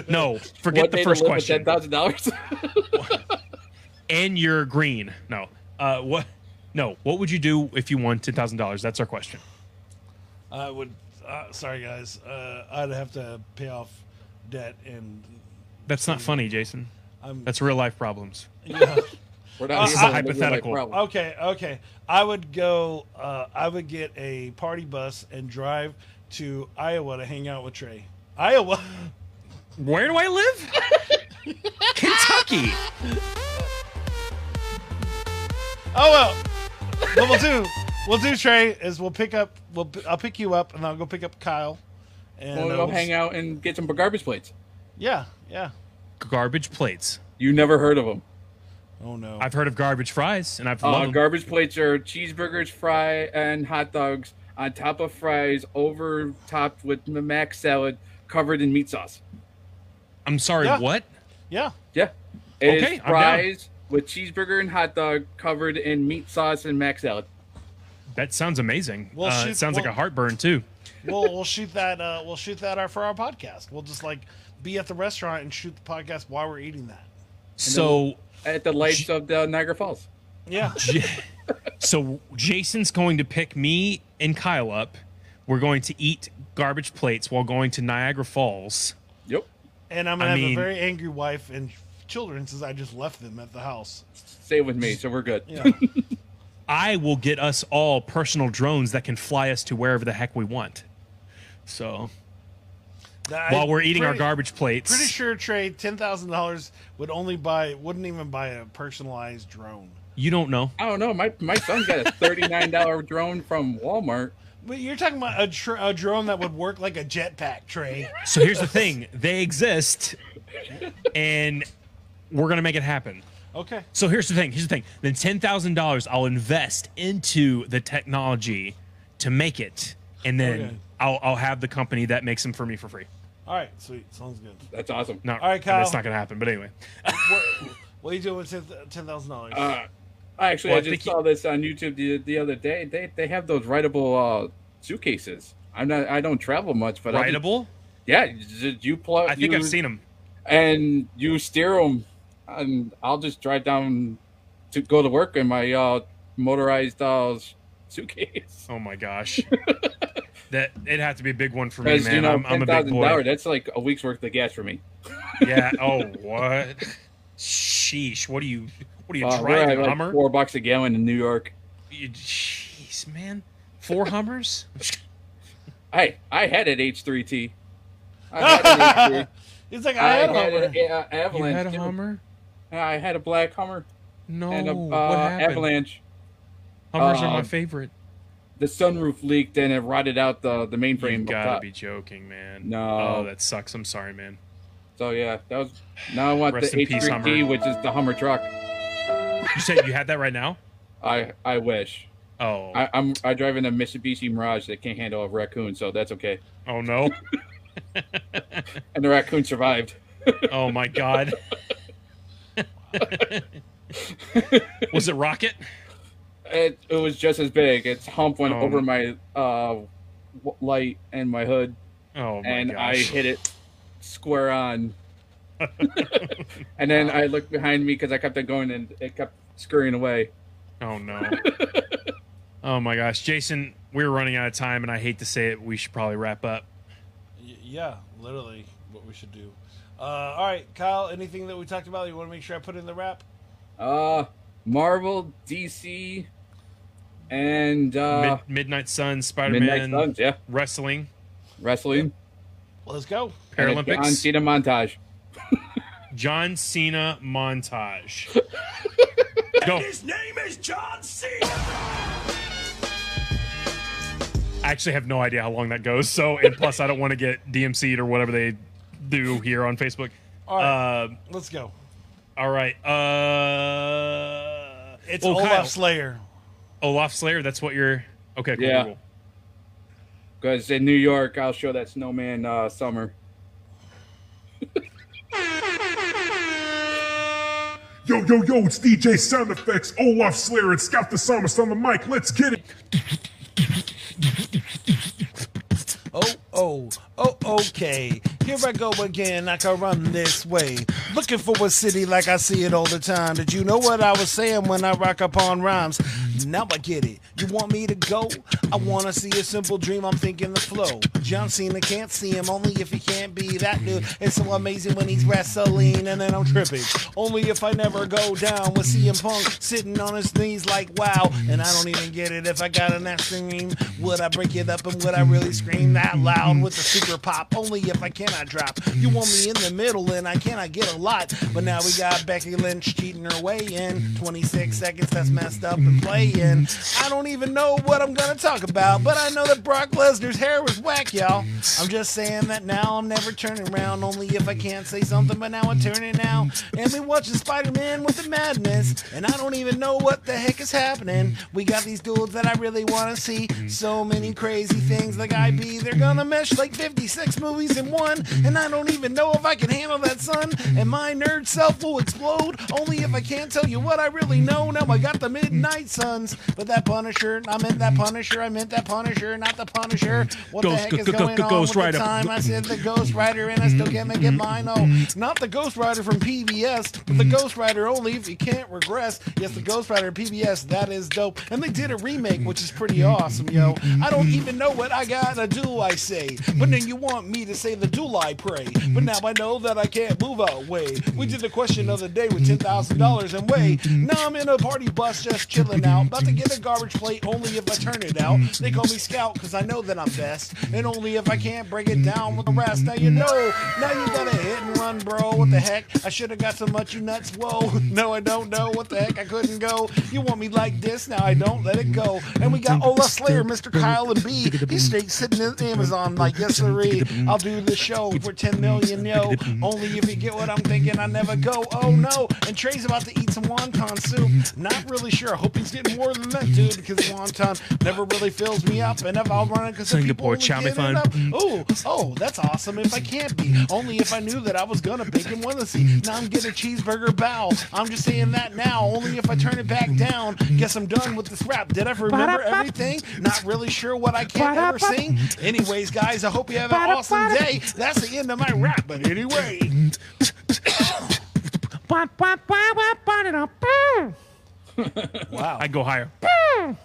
S3: no, forget
S4: One
S3: the
S4: day to
S3: first
S4: live
S3: question.
S4: with $10,000.
S3: and you're green. No, uh, what? No, what would you do if you won ten thousand dollars? That's our question.
S2: I would. Uh, sorry, guys. Uh, I'd have to pay off debt, and
S3: That's not funny, Jason.
S2: Hmm. I'm.
S3: That's real life problems.
S2: yeah.
S4: We're
S3: Uh,
S4: not
S3: this
S4: here
S3: is
S4: to live with, like,
S3: hypothetical.
S4: problems.
S2: Okay, okay. I would go. Uh, I would get a party bus and drive to Iowa to hang out with Trey. Iowa.
S3: Where do I live? Kentucky.
S2: Oh well. what we'll do, we'll do Trey is we'll pick up. We'll p- I'll pick you up and I'll go pick up Kyle. And
S4: We'll
S2: uh,
S4: go
S2: we'll
S4: hang
S2: s-
S4: out and get some garbage plates.
S2: Yeah, yeah.
S3: Garbage plates.
S4: You never heard of them.
S2: Oh no.
S3: I've heard of garbage fries, and I've
S4: Uh,
S3: loved.
S4: garbage plates are cheeseburgers, fry, and hot dogs on top of fries, over topped with m- mac salad, covered in meat sauce.
S3: I'm sorry.
S2: Yeah.
S3: What?
S2: yeah.
S4: Yeah, it is
S3: Okay, I'm down.
S4: fries with cheeseburger and hot dog covered in meat sauce and mac salad.
S3: That sounds amazing.
S2: Well,
S3: uh,
S2: shoot,
S3: it sounds like
S2: well-
S3: a heartburn too.
S2: We'll we'll shoot that. Uh, we'll shoot that out for our podcast. We'll just like be at the restaurant and shoot the podcast while we're eating that.
S3: So,
S4: At the lights of the Niagara Falls.
S2: Yeah.
S3: J- so Jason's going to pick me and Kyle up. We're going to eat garbage plates while going to Niagara Falls.
S4: Yep.
S2: And I'm gonna
S3: I
S2: have
S3: mean-
S2: a very angry wife and children since I just left them at the house.
S4: Stay with me, so we're good.
S2: Yeah.
S3: I will get us all personal drones that can fly us to wherever the heck we want. So
S2: That-
S3: while we're eating our
S2: pretty-
S3: garbage plates,
S2: Pretty sure Trey, ten thousand dollars would only buy wouldn't even buy a personalized drone.
S3: you don't know.
S4: I don't know. My my son got a thirty nine dollar drone from Walmart.
S2: But you're talking about a, tr- a drone that would work like a jetpack, Trey.
S3: So here's the thing: they exist, and we're gonna make it happen.
S2: Okay.
S3: So here's the thing. Here's the thing. Then ten thousand dollars I'll invest into the technology to make it, and then
S2: Okay.
S3: I'll I'll have the company that makes them for me for free.
S2: All right. Sweet. Sounds good.
S4: That's awesome.
S3: Not
S2: All right, Kyle.
S3: That's not gonna happen. But anyway,
S2: What, what are you doing with ten thousand dollars?
S4: Uh, actually,
S3: Well, I
S4: I just
S3: think he-
S4: saw this on YouTube the, the other day. They they have those writable uh, suitcases. I'm not. I don't travel much, but I just,
S3: writable.
S4: yeah, you just- you plug.
S3: I think
S4: you,
S3: I've seen them.
S4: And you steer them, and I'll just drive down to go to work in my uh, motorized uh, suitcase.
S3: Oh my gosh. that it'd have to be a big one for me,
S4: Because
S3: man.
S4: you know,
S3: I'm, I'm a
S4: ten
S3: big
S4: thousand
S3: boy.
S4: dollars. That's like a week's worth of gas for me.
S3: yeah. Oh what? Sheesh. What are you? What are you
S4: Uh, we're at,
S3: driving?
S4: like,
S3: Hummer?
S4: four bucks a gallon in New York.
S3: You- Jeez, man. Four Hummers?
S4: Hey, I had an H3T. I had an H3T.
S2: He's like,
S4: I
S2: I had,
S4: had
S2: one.
S4: an uh,
S3: you
S4: avalanche.
S3: had a
S4: too.
S3: Hummer?
S4: I had a black Hummer
S3: No.
S4: and a
S3: Oh, what
S4: uh,
S3: happened?
S4: avalanche.
S3: Hummers are
S4: uh,
S3: my favorite.
S4: The sunroof leaked and it rotted out the the mainframe.
S3: You
S4: up
S3: gotta
S4: top.
S3: be joking, man.
S4: No.
S3: Oh, that sucks. I'm sorry, man.
S4: So yeah, that was. Now I want
S3: Rest
S4: the
S3: in peace,
S4: H3T,
S3: Hummer.
S4: which is the Hummer truck.
S3: You said you had that right now?
S4: I I wish.
S3: Oh.
S4: I, I'm I drive in a Mitsubishi Mirage that can't handle a raccoon, so that's okay.
S3: oh no.
S4: And the raccoon survived.
S3: Oh my god. Was it Rocket?
S4: It it was just as big. Its hump went
S3: Oh.
S4: over my uh w- light and my hood.
S3: Oh my
S4: and I
S3: gosh.
S4: hit it square on. and then I looked behind me because I kept on going and it kept scurrying away.
S3: oh no. oh my gosh. Jason, we're running out of time and I hate to say it, we should probably wrap up.
S2: Y- yeah, literally what we should do. Uh, all right, Kyle. Anything that we talked about, you want to make sure I put in the wrap?
S4: Uh, Marvel, DC, and uh,
S3: Mid- Midnight Sun, Spider
S4: Midnight
S3: Man,
S4: Suns. Yeah,
S3: wrestling,
S4: wrestling.
S2: Let's go.
S4: and a John
S3: Paralympics,
S4: Cena montage.
S3: John Cena montage. Go.
S6: His name is John Cena.
S3: I actually have no idea how long that goes. So, and plus, I don't want to get DMC'd or whatever they do here on Facebook.
S2: All right.
S3: Um,
S2: Let's go.
S3: all right. Uh,
S2: It's
S3: oh,
S2: Olaf
S3: Kyle.
S2: Slayer.
S3: Olaf Slayer. That's what you're. Okay. Cool,
S4: Yeah.
S3: cool.
S4: Because in New York, I'll show that snowman uh, summer.
S5: Yo, yo, yo, it's DJ Sound Effects, Olaf Slayer, and Scout the Psalmist on the mic. Let's get it.
S2: Oh, oh, oh, okay. Here I go again. I can run this way. Looking for a city like I see it all the time. Did you know what I was saying when I rock upon rhymes? Now I get it. You want me to go? I want to see a simple dream. I'm thinking the flow. John Cena can't see him only if he can't be that dude. It's so amazing when he's wrestling and then I'm tripping. Only if I never go down with CM Punk sitting on his knees like wow. And I don't even get it if I got an that scream. Would I break it up and would I really scream that loud with the super pop? Only if I cannot drop. You want me in the middle and I cannot get a lot. But now we got Becky Lynch cheating her way in. 26 seconds, that's messed up and playing. I don't even know what I'm going to talk about, but I know that Brock Lesnar's hair was whack, y'all. I'm just saying that now I'm never turning around, only if I can't say something, but now I'm turning now. And we watching Spider Man with the madness, and I don't even know what the heck is happening. We got these dudes that I really want to see. So many crazy things like IB. They're gonna mesh like 56 movies in one, and I don't even know if I can handle that, son. And my nerd self will explode only if I can't tell you what I really know. Now I got the Midnight Suns, but that Punisher, I meant that Punisher, I meant that Punisher, not the Punisher. What the
S3: Ghost-
S2: heck is
S3: go- go-
S2: going
S3: go-
S2: on
S3: Ghost
S2: with
S3: Rider.
S2: the time? I said the Ghost Rider, and I still can't make it mine. Oh, not the Ghost Rider from PBS, but the Ghost Rider only if you can't regress. Yes, the Ghost Rider PBS, that is dope. And they did a remake, which is pretty awesome, yo. I don't even know what I gotta do, I say. But then you want me to say the do I pray. But now I know that I can't move away. We did the question of the day with $10,000 and way. Now I'm in a party bus just chilling out. About to get a garbage plate only if I turn it out. They call me Scout because I know that I'm best. And only if I can't break it down with the rest. Now you know. Now you gotta hit and run, bro. What the heck? I should have got so much, you nuts. Whoa. No, I don't know. What the heck? I couldn't go. You want me like this? Now I don't let it go. And we got Olaf Slayer, Mr. Kyle, and B. He's straight sitting in Amazon like, yes, sirree. I'll do the show for 10 million, yo. Only if you get what I'm thinking, I never go. Oh no. And Trey's about to eat some wonton soup. Not really sure. I hope he's getting more than that, dude, because wonton never really fills me up. And if I'll run it because
S3: Sing the
S2: people
S3: poor
S2: only
S3: chow mein
S2: get it
S3: fun.
S2: up. Oh, oh, that's awesome. If I can't be, only if I knew that I was gonna bake and want to see. Now I'm getting a cheeseburger bow. I'm just saying that now. Only if I turn it back down. Guess I'm done with this rap. Did I remember everything? Not really sure what I can't ever sing. Anyways, guys, I hope you have an awesome day. That's the end of my rap. But anyway, wow,
S3: I go higher.
S2: I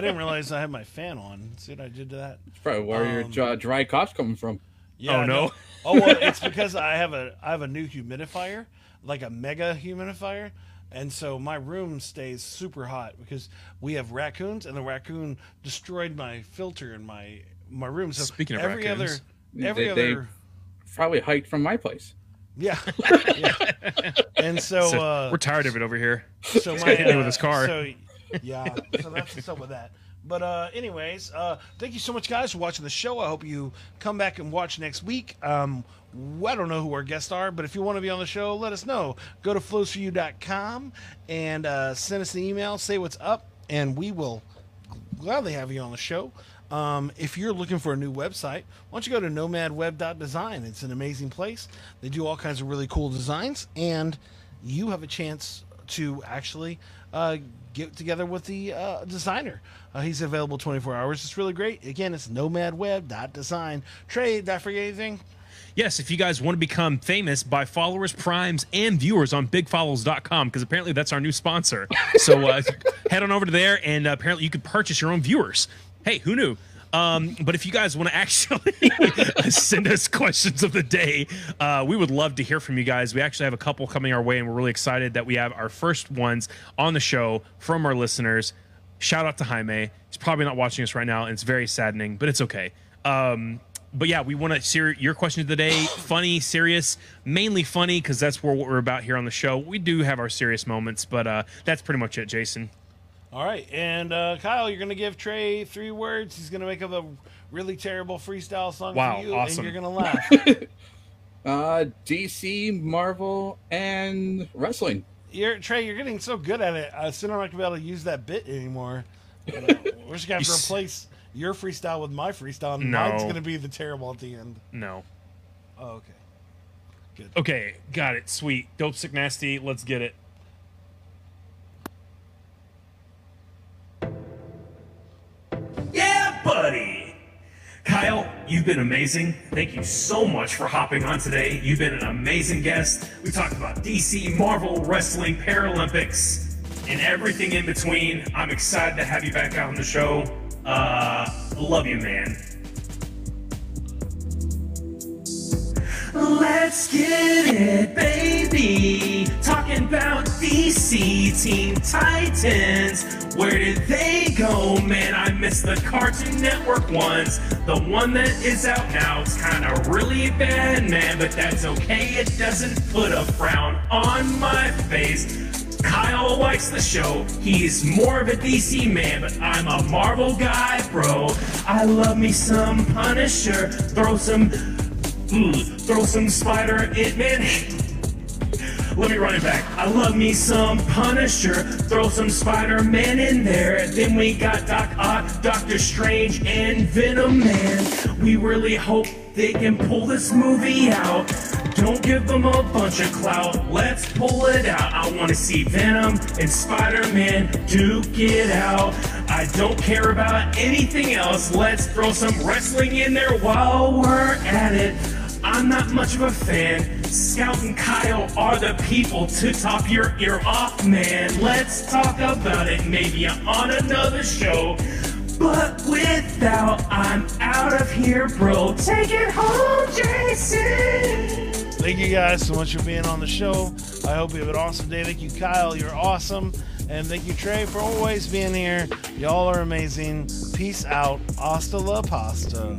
S2: didn't realize I had my fan on. See what I did to that.
S4: That's probably where
S3: Um,
S4: your dry, dry coughs coming from.
S2: Yeah,
S3: Oh,
S2: I
S3: no.
S2: know. Oh well, it's because I have a I have a new humidifier, like a mega humidifier, and so my room stays super hot because we have raccoons, and the raccoon destroyed my filter in my my room. So
S3: Speaking of
S2: every
S3: raccoons,
S2: other every
S4: they- they-
S2: other
S4: Probably hiked from my place.
S2: yeah, yeah. and so,
S3: So,
S2: uh,
S3: we're tired of it over here.
S2: so my
S3: hit me with
S2: uh,
S3: his car.
S2: So, yeah, so that's what's up with that. But uh, anyways, uh, thank you so much, guys, for watching the show. I hope you come back and watch next week. Um, w- I don't know who our guests are, but if you want to be on the show, let us know. Go to flowsforyou.com and uh, send us an email. Say what's up, and we will gladly have you on the show. Um, if you're looking for a new website, why don't you go to nomadweb.design? It's an amazing place. They do all kinds of really cool designs, and you have a chance to actually uh, get together with the uh, designer. Uh, he's available 24 hours. It's really great. Again, it's nomadweb.design. Trey, did I forget anything?
S3: Yes, if you guys want to become famous by followers, primes, and viewers on bigfollows.com, because apparently that's our new sponsor. So uh, head on over to there, and uh, apparently you can purchase your own viewers. Hey, who knew? Um, but if you guys want to actually send us questions of the day, uh, we would love to hear from you guys. We actually have a couple coming our way, and we're really excited that we have our first ones on the show from our listeners. Shout out to Jaime. He's probably not watching us right now, and it's very saddening, but it's okay. Um, but yeah, we want to ser- your question of the day. funny, serious, mainly funny because that's where what we're about here on the show. We do have our serious moments, but uh, that's pretty much it, Jason.
S2: All right, and uh, Kyle, you're gonna give Trey three words. He's gonna make up a really terrible freestyle song
S3: Wow,
S2: for you,
S3: awesome.
S2: and you're gonna laugh.
S4: Uh, DC, Marvel, and wrestling.
S2: you're Trey. You're getting so good at it. Uh, soon I'm not gonna be able to use that bit anymore. But, uh, we're just gonna
S3: You
S2: have to
S3: s-
S2: replace your freestyle with my freestyle, and
S3: No.
S2: mine's gonna be the terrible at the end.
S3: No.
S2: Oh, okay.
S3: Okay, got it. Sweet. Dope sick nasty. Let's get it.
S6: Yeah, buddy.
S3: Kyle, you've been amazing. Thank you so much for hopping on today. You've been an amazing guest. We talked about DC, Marvel, wrestling, Paralympics, and everything in between. I'm excited to have you back out on the show. Uh, love you, man. Let's get it, baby. Talking about DC Teen Titans. Where did they go, man? I missed the Cartoon Network ones. The one that is out now is kind of really bad, man, but that's okay. It doesn't put a frown on my face. Kyle likes the show. He's more of a DC man, but I'm a Marvel guy, bro. I love me some Punisher. Throw some Mm, throw some spider it man. Let me run it back. I love me some Punisher. Throw some Spider Man in there. Then we got Doc Ock, Doctor Strange, and Venom Man. We really hope they can pull this movie out. Don't give them a bunch of clout. Let's pull it out. I want to see Venom and Spider Man duke it out. I don't care about anything else. Let's throw some wrestling in there while we're at it. I'm not much of a fan. Scout and Kyle are the people to top your ear off, man. Let's talk about it maybe on another show. But without, I'm out of here, bro. Take it home, Jason.
S2: Thank you guys so much for being on the show. I hope you have an awesome day. Thank you, Kyle. You're awesome. And thank you, Trey, for always being here. Y'all are amazing. Peace out. Hasta la pasta.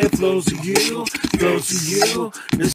S1: it flows for you, flows for you. This